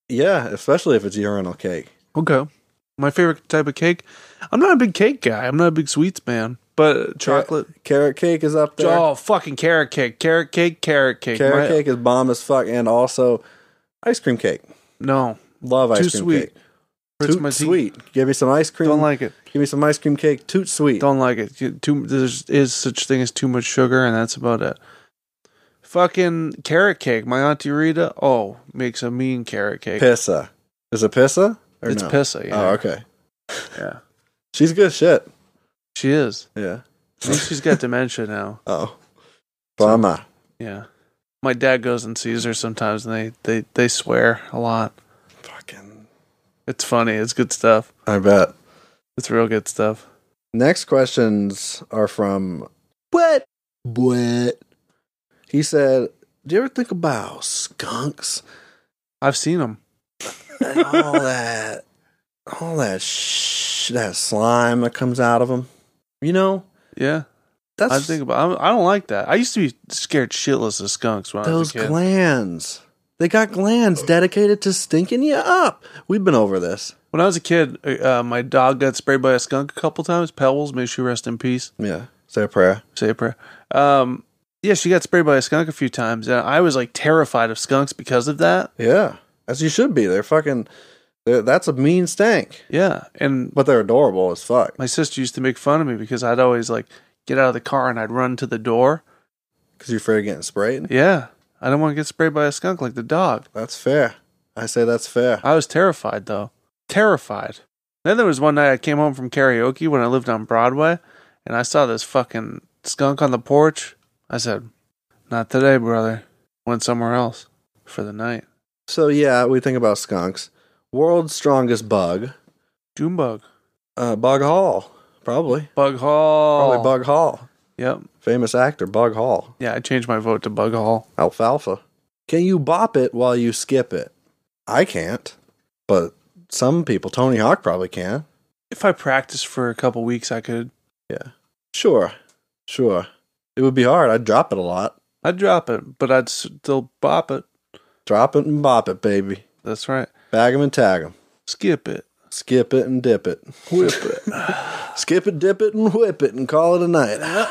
Yeah, especially if it's urinal cake.
Okay. My favorite type of cake. I'm not a big cake guy. I'm not a big sweets man. But chocolate.
Carrot cake is up there.
Oh, fucking carrot cake. Carrot cake, carrot cake.
Carrot
My-
cake is bomb as fuck, and also ice cream cake.
No.
Love ice
Too
cream
sweet.
cake.
Hurts
Toot
my teeth.
sweet. Give me some ice cream.
Don't like it.
Give me some ice cream cake. Toot sweet.
Don't like it. You- Too there's is such thing as too much sugar, and that's about it. Fucking carrot cake. My auntie Rita. Oh, makes a mean carrot cake.
pissa. Is it pissa? Or
It's
no?
pissa, yeah.
Oh, okay.
Yeah,
She's good shit.
she is.
Yeah.
I think she's got dementia now.
Oh. Bummer.
Yeah. My dad goes and sees her sometimes, and they they they swear a lot.
Fucking.
It's funny. It's good stuff.
I bet.
It's real good stuff.
Next questions are from what? What? He said, "Do you ever think about skunks
I've seen them.
and all that, all that sh- that slime that comes out of them? You know,
Yeah,
that's
I think about. I'm, I don't like that. I used to be scared shitless of skunks when I was
those
a kid.
glands. They got glands dedicated to stinking you up. We've been over this.
when I was a kid, uh, uh, my dog got sprayed by a skunk a couple times. Pebbles, may she rest in peace.
Yeah, say a prayer.
Say a prayer. Um, yeah, she got sprayed by a skunk a few times, and I was like terrified of skunks because of that.
Yeah, as you should be. They're fucking. They're, that's a mean stank,
Yeah, and
but they're adorable as fuck.
my sister used to make fun of me because I'd always like get out of the car and I'd run to the door.
Because you're afraid of getting sprayed.
Yeah, I don't want to get sprayed by a skunk like the dog.
That's fair. I say that's fair.
I was terrified though. Terrified. Then there was one night I came home from karaoke when I lived on Broadway and I saw this fucking skunk on the porch. I said, Not today, brother. Went somewhere else for the night.
So yeah, we think about skunks. World's strongest bug,
June bug.
uh, Bug Hall, probably.
Bug Hall.
Probably Bug Hall,
Yep.
famous actor Bug Hall,
Yeah, I changed my vote to Bug Hall.
alfalfa. Can you bop it while you skip it? I can't, but some people, Tony Hawk probably can.
If I practiced for a couple weeks, I could.
Yeah, sure, sure. It would be hard. I'd drop it a lot.
I'd drop it, but I'd still bop it.
Drop it and bop it, baby.
That's right.
Bag 'em and tag 'em.
Skip it.
Skip it and dip it. Whip it. [SIGHS] Skip it, dip it, and whip it and call it a night. uh,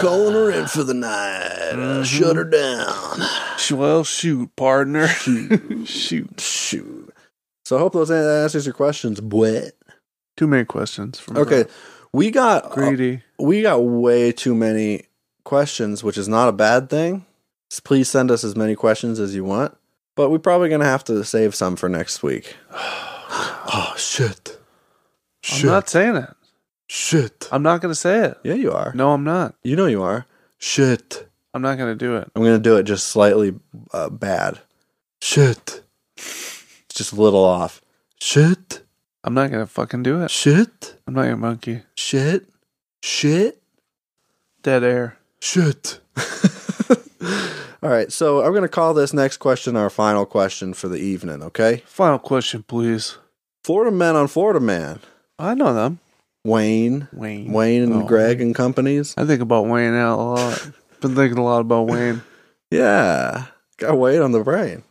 Calling her in for the night. Shut her down.
Sh- Well, shoot, partner. [LAUGHS] shoot.
Shoot. So I hope those that answers your questions, Bwet.
Too many questions. From
Okay. We got
Greedy.
we got way too many questions, which is not a bad thing. S- Please send us as many questions as you want. But we're probably gonna have to save some for next week. [SIGHS] oh shit. Shit.
I'm not saying it.
shit.
I'm not going to say it.
Yeah, you are.
No, I'm not.
You know you are. Shit.
I'm not going to do it.
I'm going to do it just slightly uh, bad. Shit. It's just a little off. Shit.
I'm not going to fucking do it.
Shit.
I'm not your monkey.
Shit. Shit.
Dead air.
Shit. [LAUGHS] All right. So I'm going to call this next question our final question for the evening, okay?
Final question, please.
Florida Man on Florida Man.
I know them.
Wayne.
Wayne.
Wayne and
Oh.
Greg and companies.
I think about Wayne out
[LAUGHS]
a lot. Been thinking a lot about Wayne.
Yeah. Got Wayne on the brain.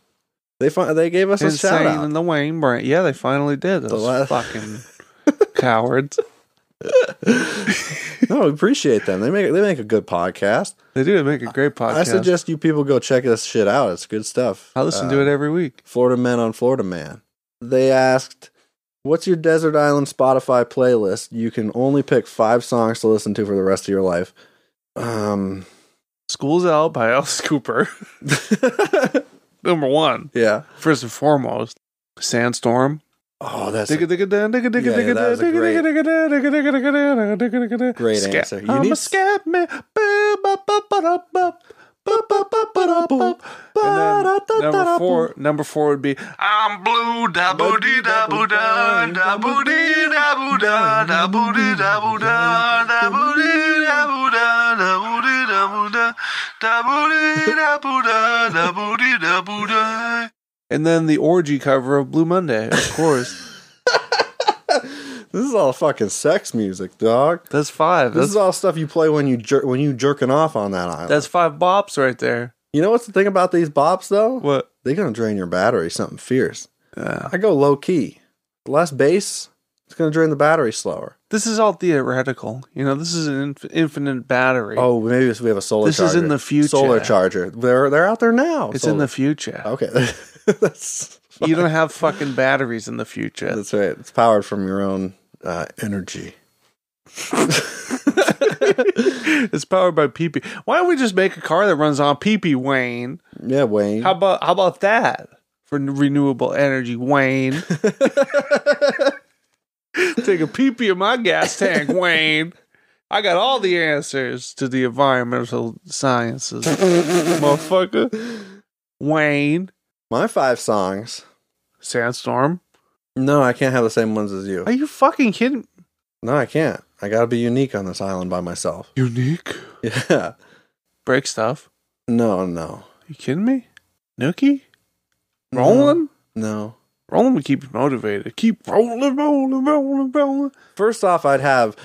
They fi- they gave us a shout
Insane
out.
[LAUGHS] in the Wayne brand. Yeah, they finally did. Those
la- [LAUGHS]
fucking cowards.
No, we appreciate them. They make they make a good podcast.
They do make a great podcast.
I suggest you people go check this shit out. It's good stuff. Uh,
I listen to it every week.
Florida Men on Florida Man. They asked, "What's your desert island Spotify playlist? You can only pick five songs to listen to for the rest of your life." Um, [LAUGHS]
School's Out by Alice Cooper. [LAUGHS] Number one,
yeah.
first and foremost. Sandstorm.
Oh, that's a Yeah, yeah, that was a great-
Great
Great answer. You need-
Number four, number four would be I'm blue, da boo dee da boo da, da boo dee da boo da, da boo dee da boo da, da boo dee da boo da, da boo dee da boo da, da boo dee da boo da, da boo dee da boo da. And then the orgy cover of Blue Monday, of course. [LAUGHS]
This is all fucking sex music, dog.
That's five.
This
That's
is all stuff you play when you jer- when you jerking off on that island.
that's five bops right there.
you know what's the thing about these bops though?
What?
They're gonna drain your battery something fierce.
Yeah.
I go low key. Less bass, it's gonna drain the battery slower.
This is all theoretical. You know, this is an inf- infinite battery.
Oh, maybe it's- we have a solar.
This is in
charger.
the future.
Solar charger. They're they're out there now.
it's
Solar-
in the future.
[LAUGHS] okay. that's
You don't have fucking batteries in the future.
that's right. It's powered from your own uh, energy.
[LAUGHS] it's powered by PP. Why don't we just make a car that runs on PP, Wayne?
Yeah, Wayne.
How about how about that for n- renewable energy, Wayne? [LAUGHS] Take a PP in my gas tank, Wayne. I got all the answers to the environmental [LAUGHS] sciences, motherfucker. Wayne,
My five songs.
Sandstorm.
No, I can't have the same ones as you.
Are you fucking kidding?
No, I can't. I gotta be unique on this island by myself. [LAUGHS]
Unique.
Yeah.
Break stuff.
No, no.
you kidding me? Nookie? Rolling?
No.
Rolling will keep you motivated. Keep rolling, rolling, rolling, rolling.
First off, I'd have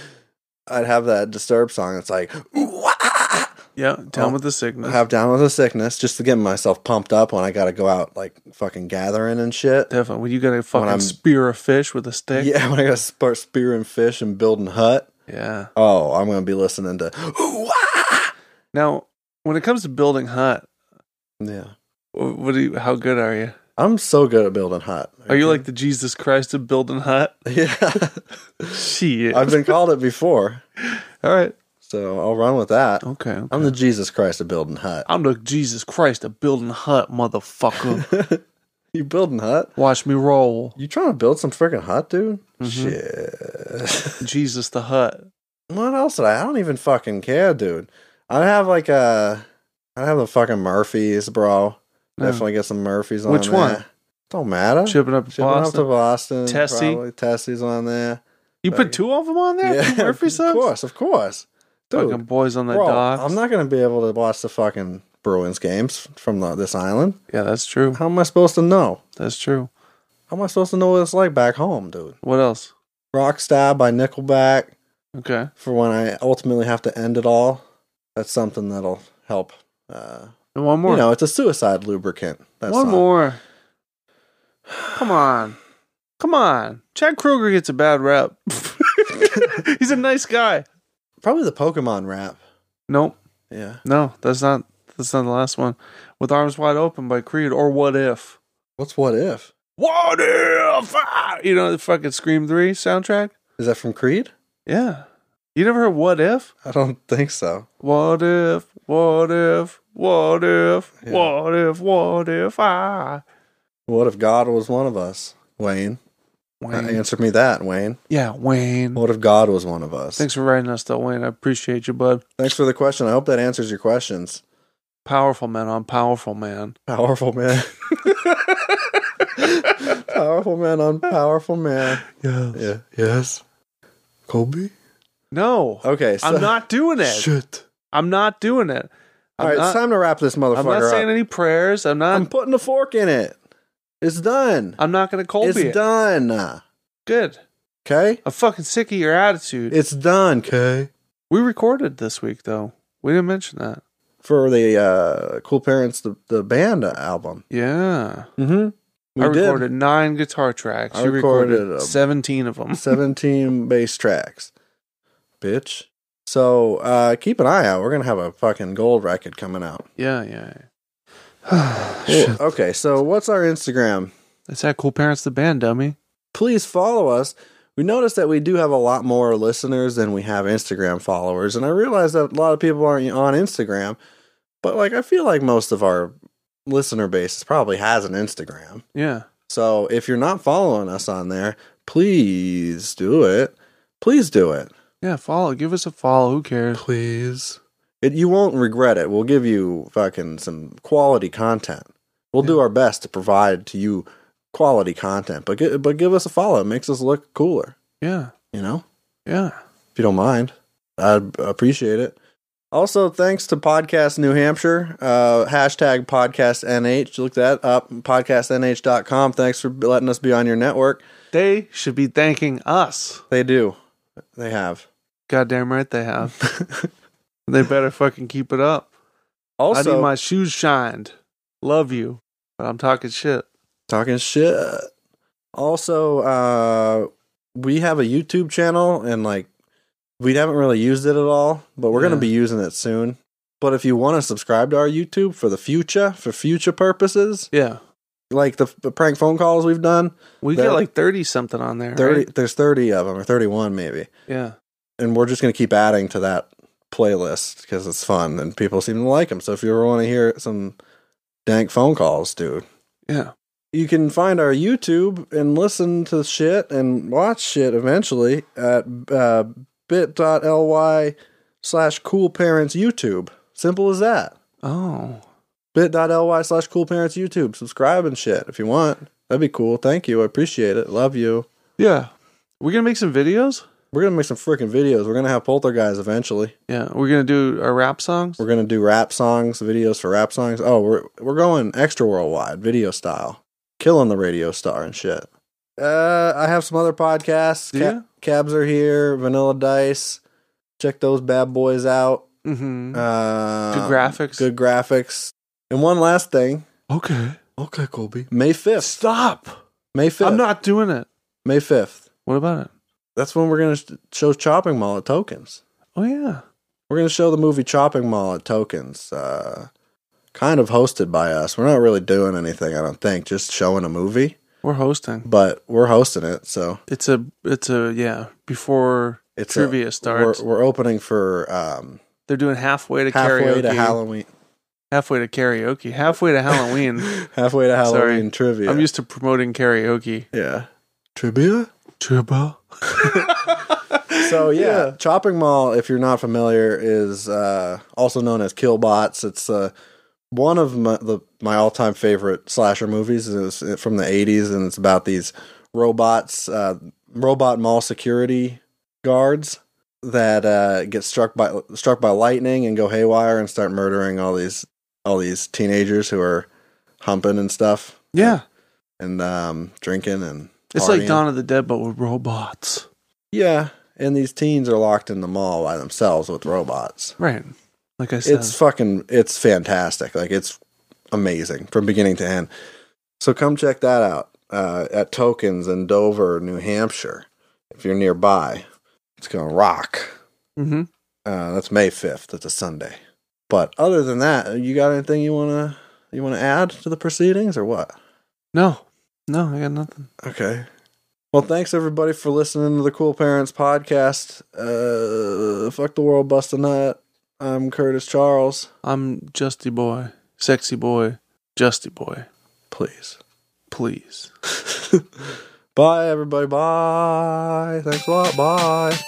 I'd have that Disturbed song that's like "Ooh, ah, ah, ah."
Yeah,
Oh,
down with the sickness.
have down with the sickness just to get myself pumped up when I gotta go out like fucking gathering and shit.
Definitely. When you got to fucking
I'm-
spear a fish with a
[LAUGHS]
stick.
Yeah, when I gotta start spearing fish and building hut.
Yeah.
Oh, I'm gonna be listening to [GASPS] "Ooh, ah, ah."
Now, when it comes to building hut,
Yeah.
wh- what do you, how good are you?
I'm so good at building hut. [LAUGHS]
Are you like the Jesus Christ of building hut?
Yeah.
Shit.
I've been called it before.
All right.
So I'll run with that.
Okay. okay.
I'm the Jesus Christ of building hut.
I'm the Jesus Christ of building
[LAUGHS]
hut, motherfucker.
You building hut?
Watch me roll.
You trying to build some freaking hut, dude? Shit.
Jesus the hut.
What else did I? I don't even fucking care, dude. I'd have like a. I'd have the fucking Murphys, bro.
No.
Definitely get some Murphys on
Oh. Which
there.
one?
Don't matter.
Shipping up to
Shipping up to
Boston.
Boston.
Tessie?
probably. Tessie's on there.
You put two of them on there? Two [LAUGHS]
[LAUGHS]
Murphy
of
subs?
course, of course. Dude,
Fucking boys on the
bro,
docks.
I'm not going to be able to watch the fucking Bruins games from the, this island.
Yeah, that's true.
How am I supposed to know?
That's true.
How am I supposed to know what it's like back home, dude?
What else?
Rockstar by Nickelback
Okay.
for when I ultimately have to end it all. That's something that'll help. Uh,
And one more.
you know, it's a suicide lubricant. That's
one more. Come on. Come on. Chad Kroger gets a bad rep. [LAUGHS] He's a nice guy.
Probably the Pokemon rap.
Nope.
Yeah.
No, that's not that's not the last one. With Arms Wide Open by Creed or What If?
What's What If?
What if I-" you know the fucking Scream 3 soundtrack?
Is that from Creed?
Yeah. You never heard What If?
I don't [LAUGHS] think so.
What if, what if, what if,
Yeah.
what if, what if ah. I
What if God was one of us, Wayne? Uh,
Wayne.
Answer me that, Wayne.
Yeah, Wayne.
What if God was one of us?
Thanks for writing us though, Wayne. I appreciate you, bud.
Thanks for the question. I hope that answers your questions.
Powerful man on powerful man.
Powerful man. [LAUGHS] powerful man on powerful man.
Yeah.
Yeah. Yes. Colby?
No.
Okay, so
I'm not doing it.
Shit.
I'm not doing it. I'm
All right,
not,
it's time to wrap this motherfucker
I'm not
up.
saying any prayers. I'm not
I'm
I'm,
putting a fork in it. It's done.
not gonna Colby
It's
it.
done.
Good.
Okay?
I'm fucking sick of your attitude.
It's done, okay?
we recorded this week though. We didn't mention that.
For the uh, Cool Parents, the, the band album.
Yeah.
Mm hmm. We
Mm-hmm. I
did.
recorded nine guitar tracks.
I
you recorded,
recorded um, 'em.
17 of
[LAUGHS]
them.
17 bass tracks. Bitch. So uh, keep an eye out. We're going to have a fucking gold record coming out.
Yeah, yeah. yeah.
Cool. Okay, so what's our Instagram?
It's at Cool Parents the Band, dummy.
please follow us. We noticed that we do have a lot more listeners than we have Instagram followers, and I realize that a lot of people aren't on Instagram. But like, I feel like most of our listener base probably has an Instagram.
Yeah.
So if you're not following us on there, please do it. Please do it.
Yeah, follow. Give us a follow. Who cares?
Please. It, you won't regret it. We'll give you fucking some quality content. We'll do our best to provide to you quality content, but gi- but give us a follow. It makes us look cooler.
Yeah.
You know.
Yeah.
if you don't mind. I'd appreciate it. Also, thanks to Podcast New Hampshire, uh, hashtag Podcast NH. Look that up, podcastnh.com. Thanks for letting us be on your network.
They should be thanking us.
They do. They have. [LAUGHS]
Goddamn right they have. they better fucking keep it up. I need
Also,
my shoes shined. Love you. But I'm talking shit.
talking shit. Also, uh, we have a YouTube channel and like we haven't really used it at all, but we're
Yeah.
going to be using it soon. But if you want to subscribe to our YouTube for the future, for future purposes,
Yeah.
like the, the prank phone calls we've done,
We
There-
get like 30 something on there.
30
right?
there's 30 of them or 31 maybe
Yeah.
and we're just going to keep adding to that playlist because it's fun and people seem to like them so if you ever want to hear some dank phone calls dude
Yeah.
you can find our youtube and listen to shit and watch shit eventually at uh, bit.ly slash cool parents YouTube. Simple as that.
Oh.
bit.ly slash cool parents YouTube. Subscribe and shit if you want. That'd be cool. Thank you. I appreciate it. Love you.
Yeah. We're going to make some videos?
We're gonna make some freaking videos. We're gonna have poltergeist eventually.
Yeah. We're going to do our rap songs?
We're gonna do rap songs, videos for rap songs. Oh, we're we're going extra worldwide, video style, killing the radio star and shit. Uh, I have some other podcasts. Ca-
Yeah?
Cabs are here. Vanilla Dice. Check those bad boys out.
Mm-hmm.
Uh,
Good graphics.
Good graphics. And one last thing.
okay.
Okay, Colby. May fifth.
Stop.
May fifth.
I'm not doing it.
May fifth.
What about it?
That's when we're gonna sh- show Chopping Mall at Tokens.
Oh, yeah.
We're going to show the movie Chopping Mall at Tokens, uh, kind of hosted by us. We're not really doing anything, I don't think, just showing a movie,
We're hosting.
but we're hosting it. So
It's a, it's a, yeah, before
it's a-
trivia starts.
We're, we're opening for um,
They're doing halfway to
halfway
karaoke.
to Halloween. [LAUGHS]
halfway to karaoke. Halfway to Halloween.
Halfway to Halloween
Sorry.
trivia.
I'm used to promoting karaoke.
yeah. Trivia?
Triba.
So yeah, Chopping Mall, if you're not familiar, is uh, also known as Killbots. It's uh, one of my, the, my all-time favorite slasher movies. It's from the '80s, and it's about these robots, uh, robot mall security guards that uh, get struck by struck by lightning and go haywire and start murdering all these all these teenagers who are humping and stuff
Yeah.
and um, drinking and
It's like
partying.
Dawn of the Dead, but with robots.
Yeah, and these teens are locked in the mall by themselves with robots.
Right. Like I said.
It's fucking it's fantastic. Like it's amazing from beginning to end. So come check that out uh, at Tokens in Dover, New Hampshire, if you're nearby. It's gonna rock.
mm-hmm.
Uh, that's May fifth. That's a Sunday. But other than that, you got anything you wanna you wanna add to the proceedings or what?
No. No, I got nothing.
Okay. Well, thanks everybody for listening to the Cool Parents podcast. Uh, fuck the world, bust a nut. I'm Curtis Charles.
I'm Justy Boy. Sexy Boy. Justy Boy.
Please.
Please.
bye, everybody. Bye. Thanks a lot. Bye.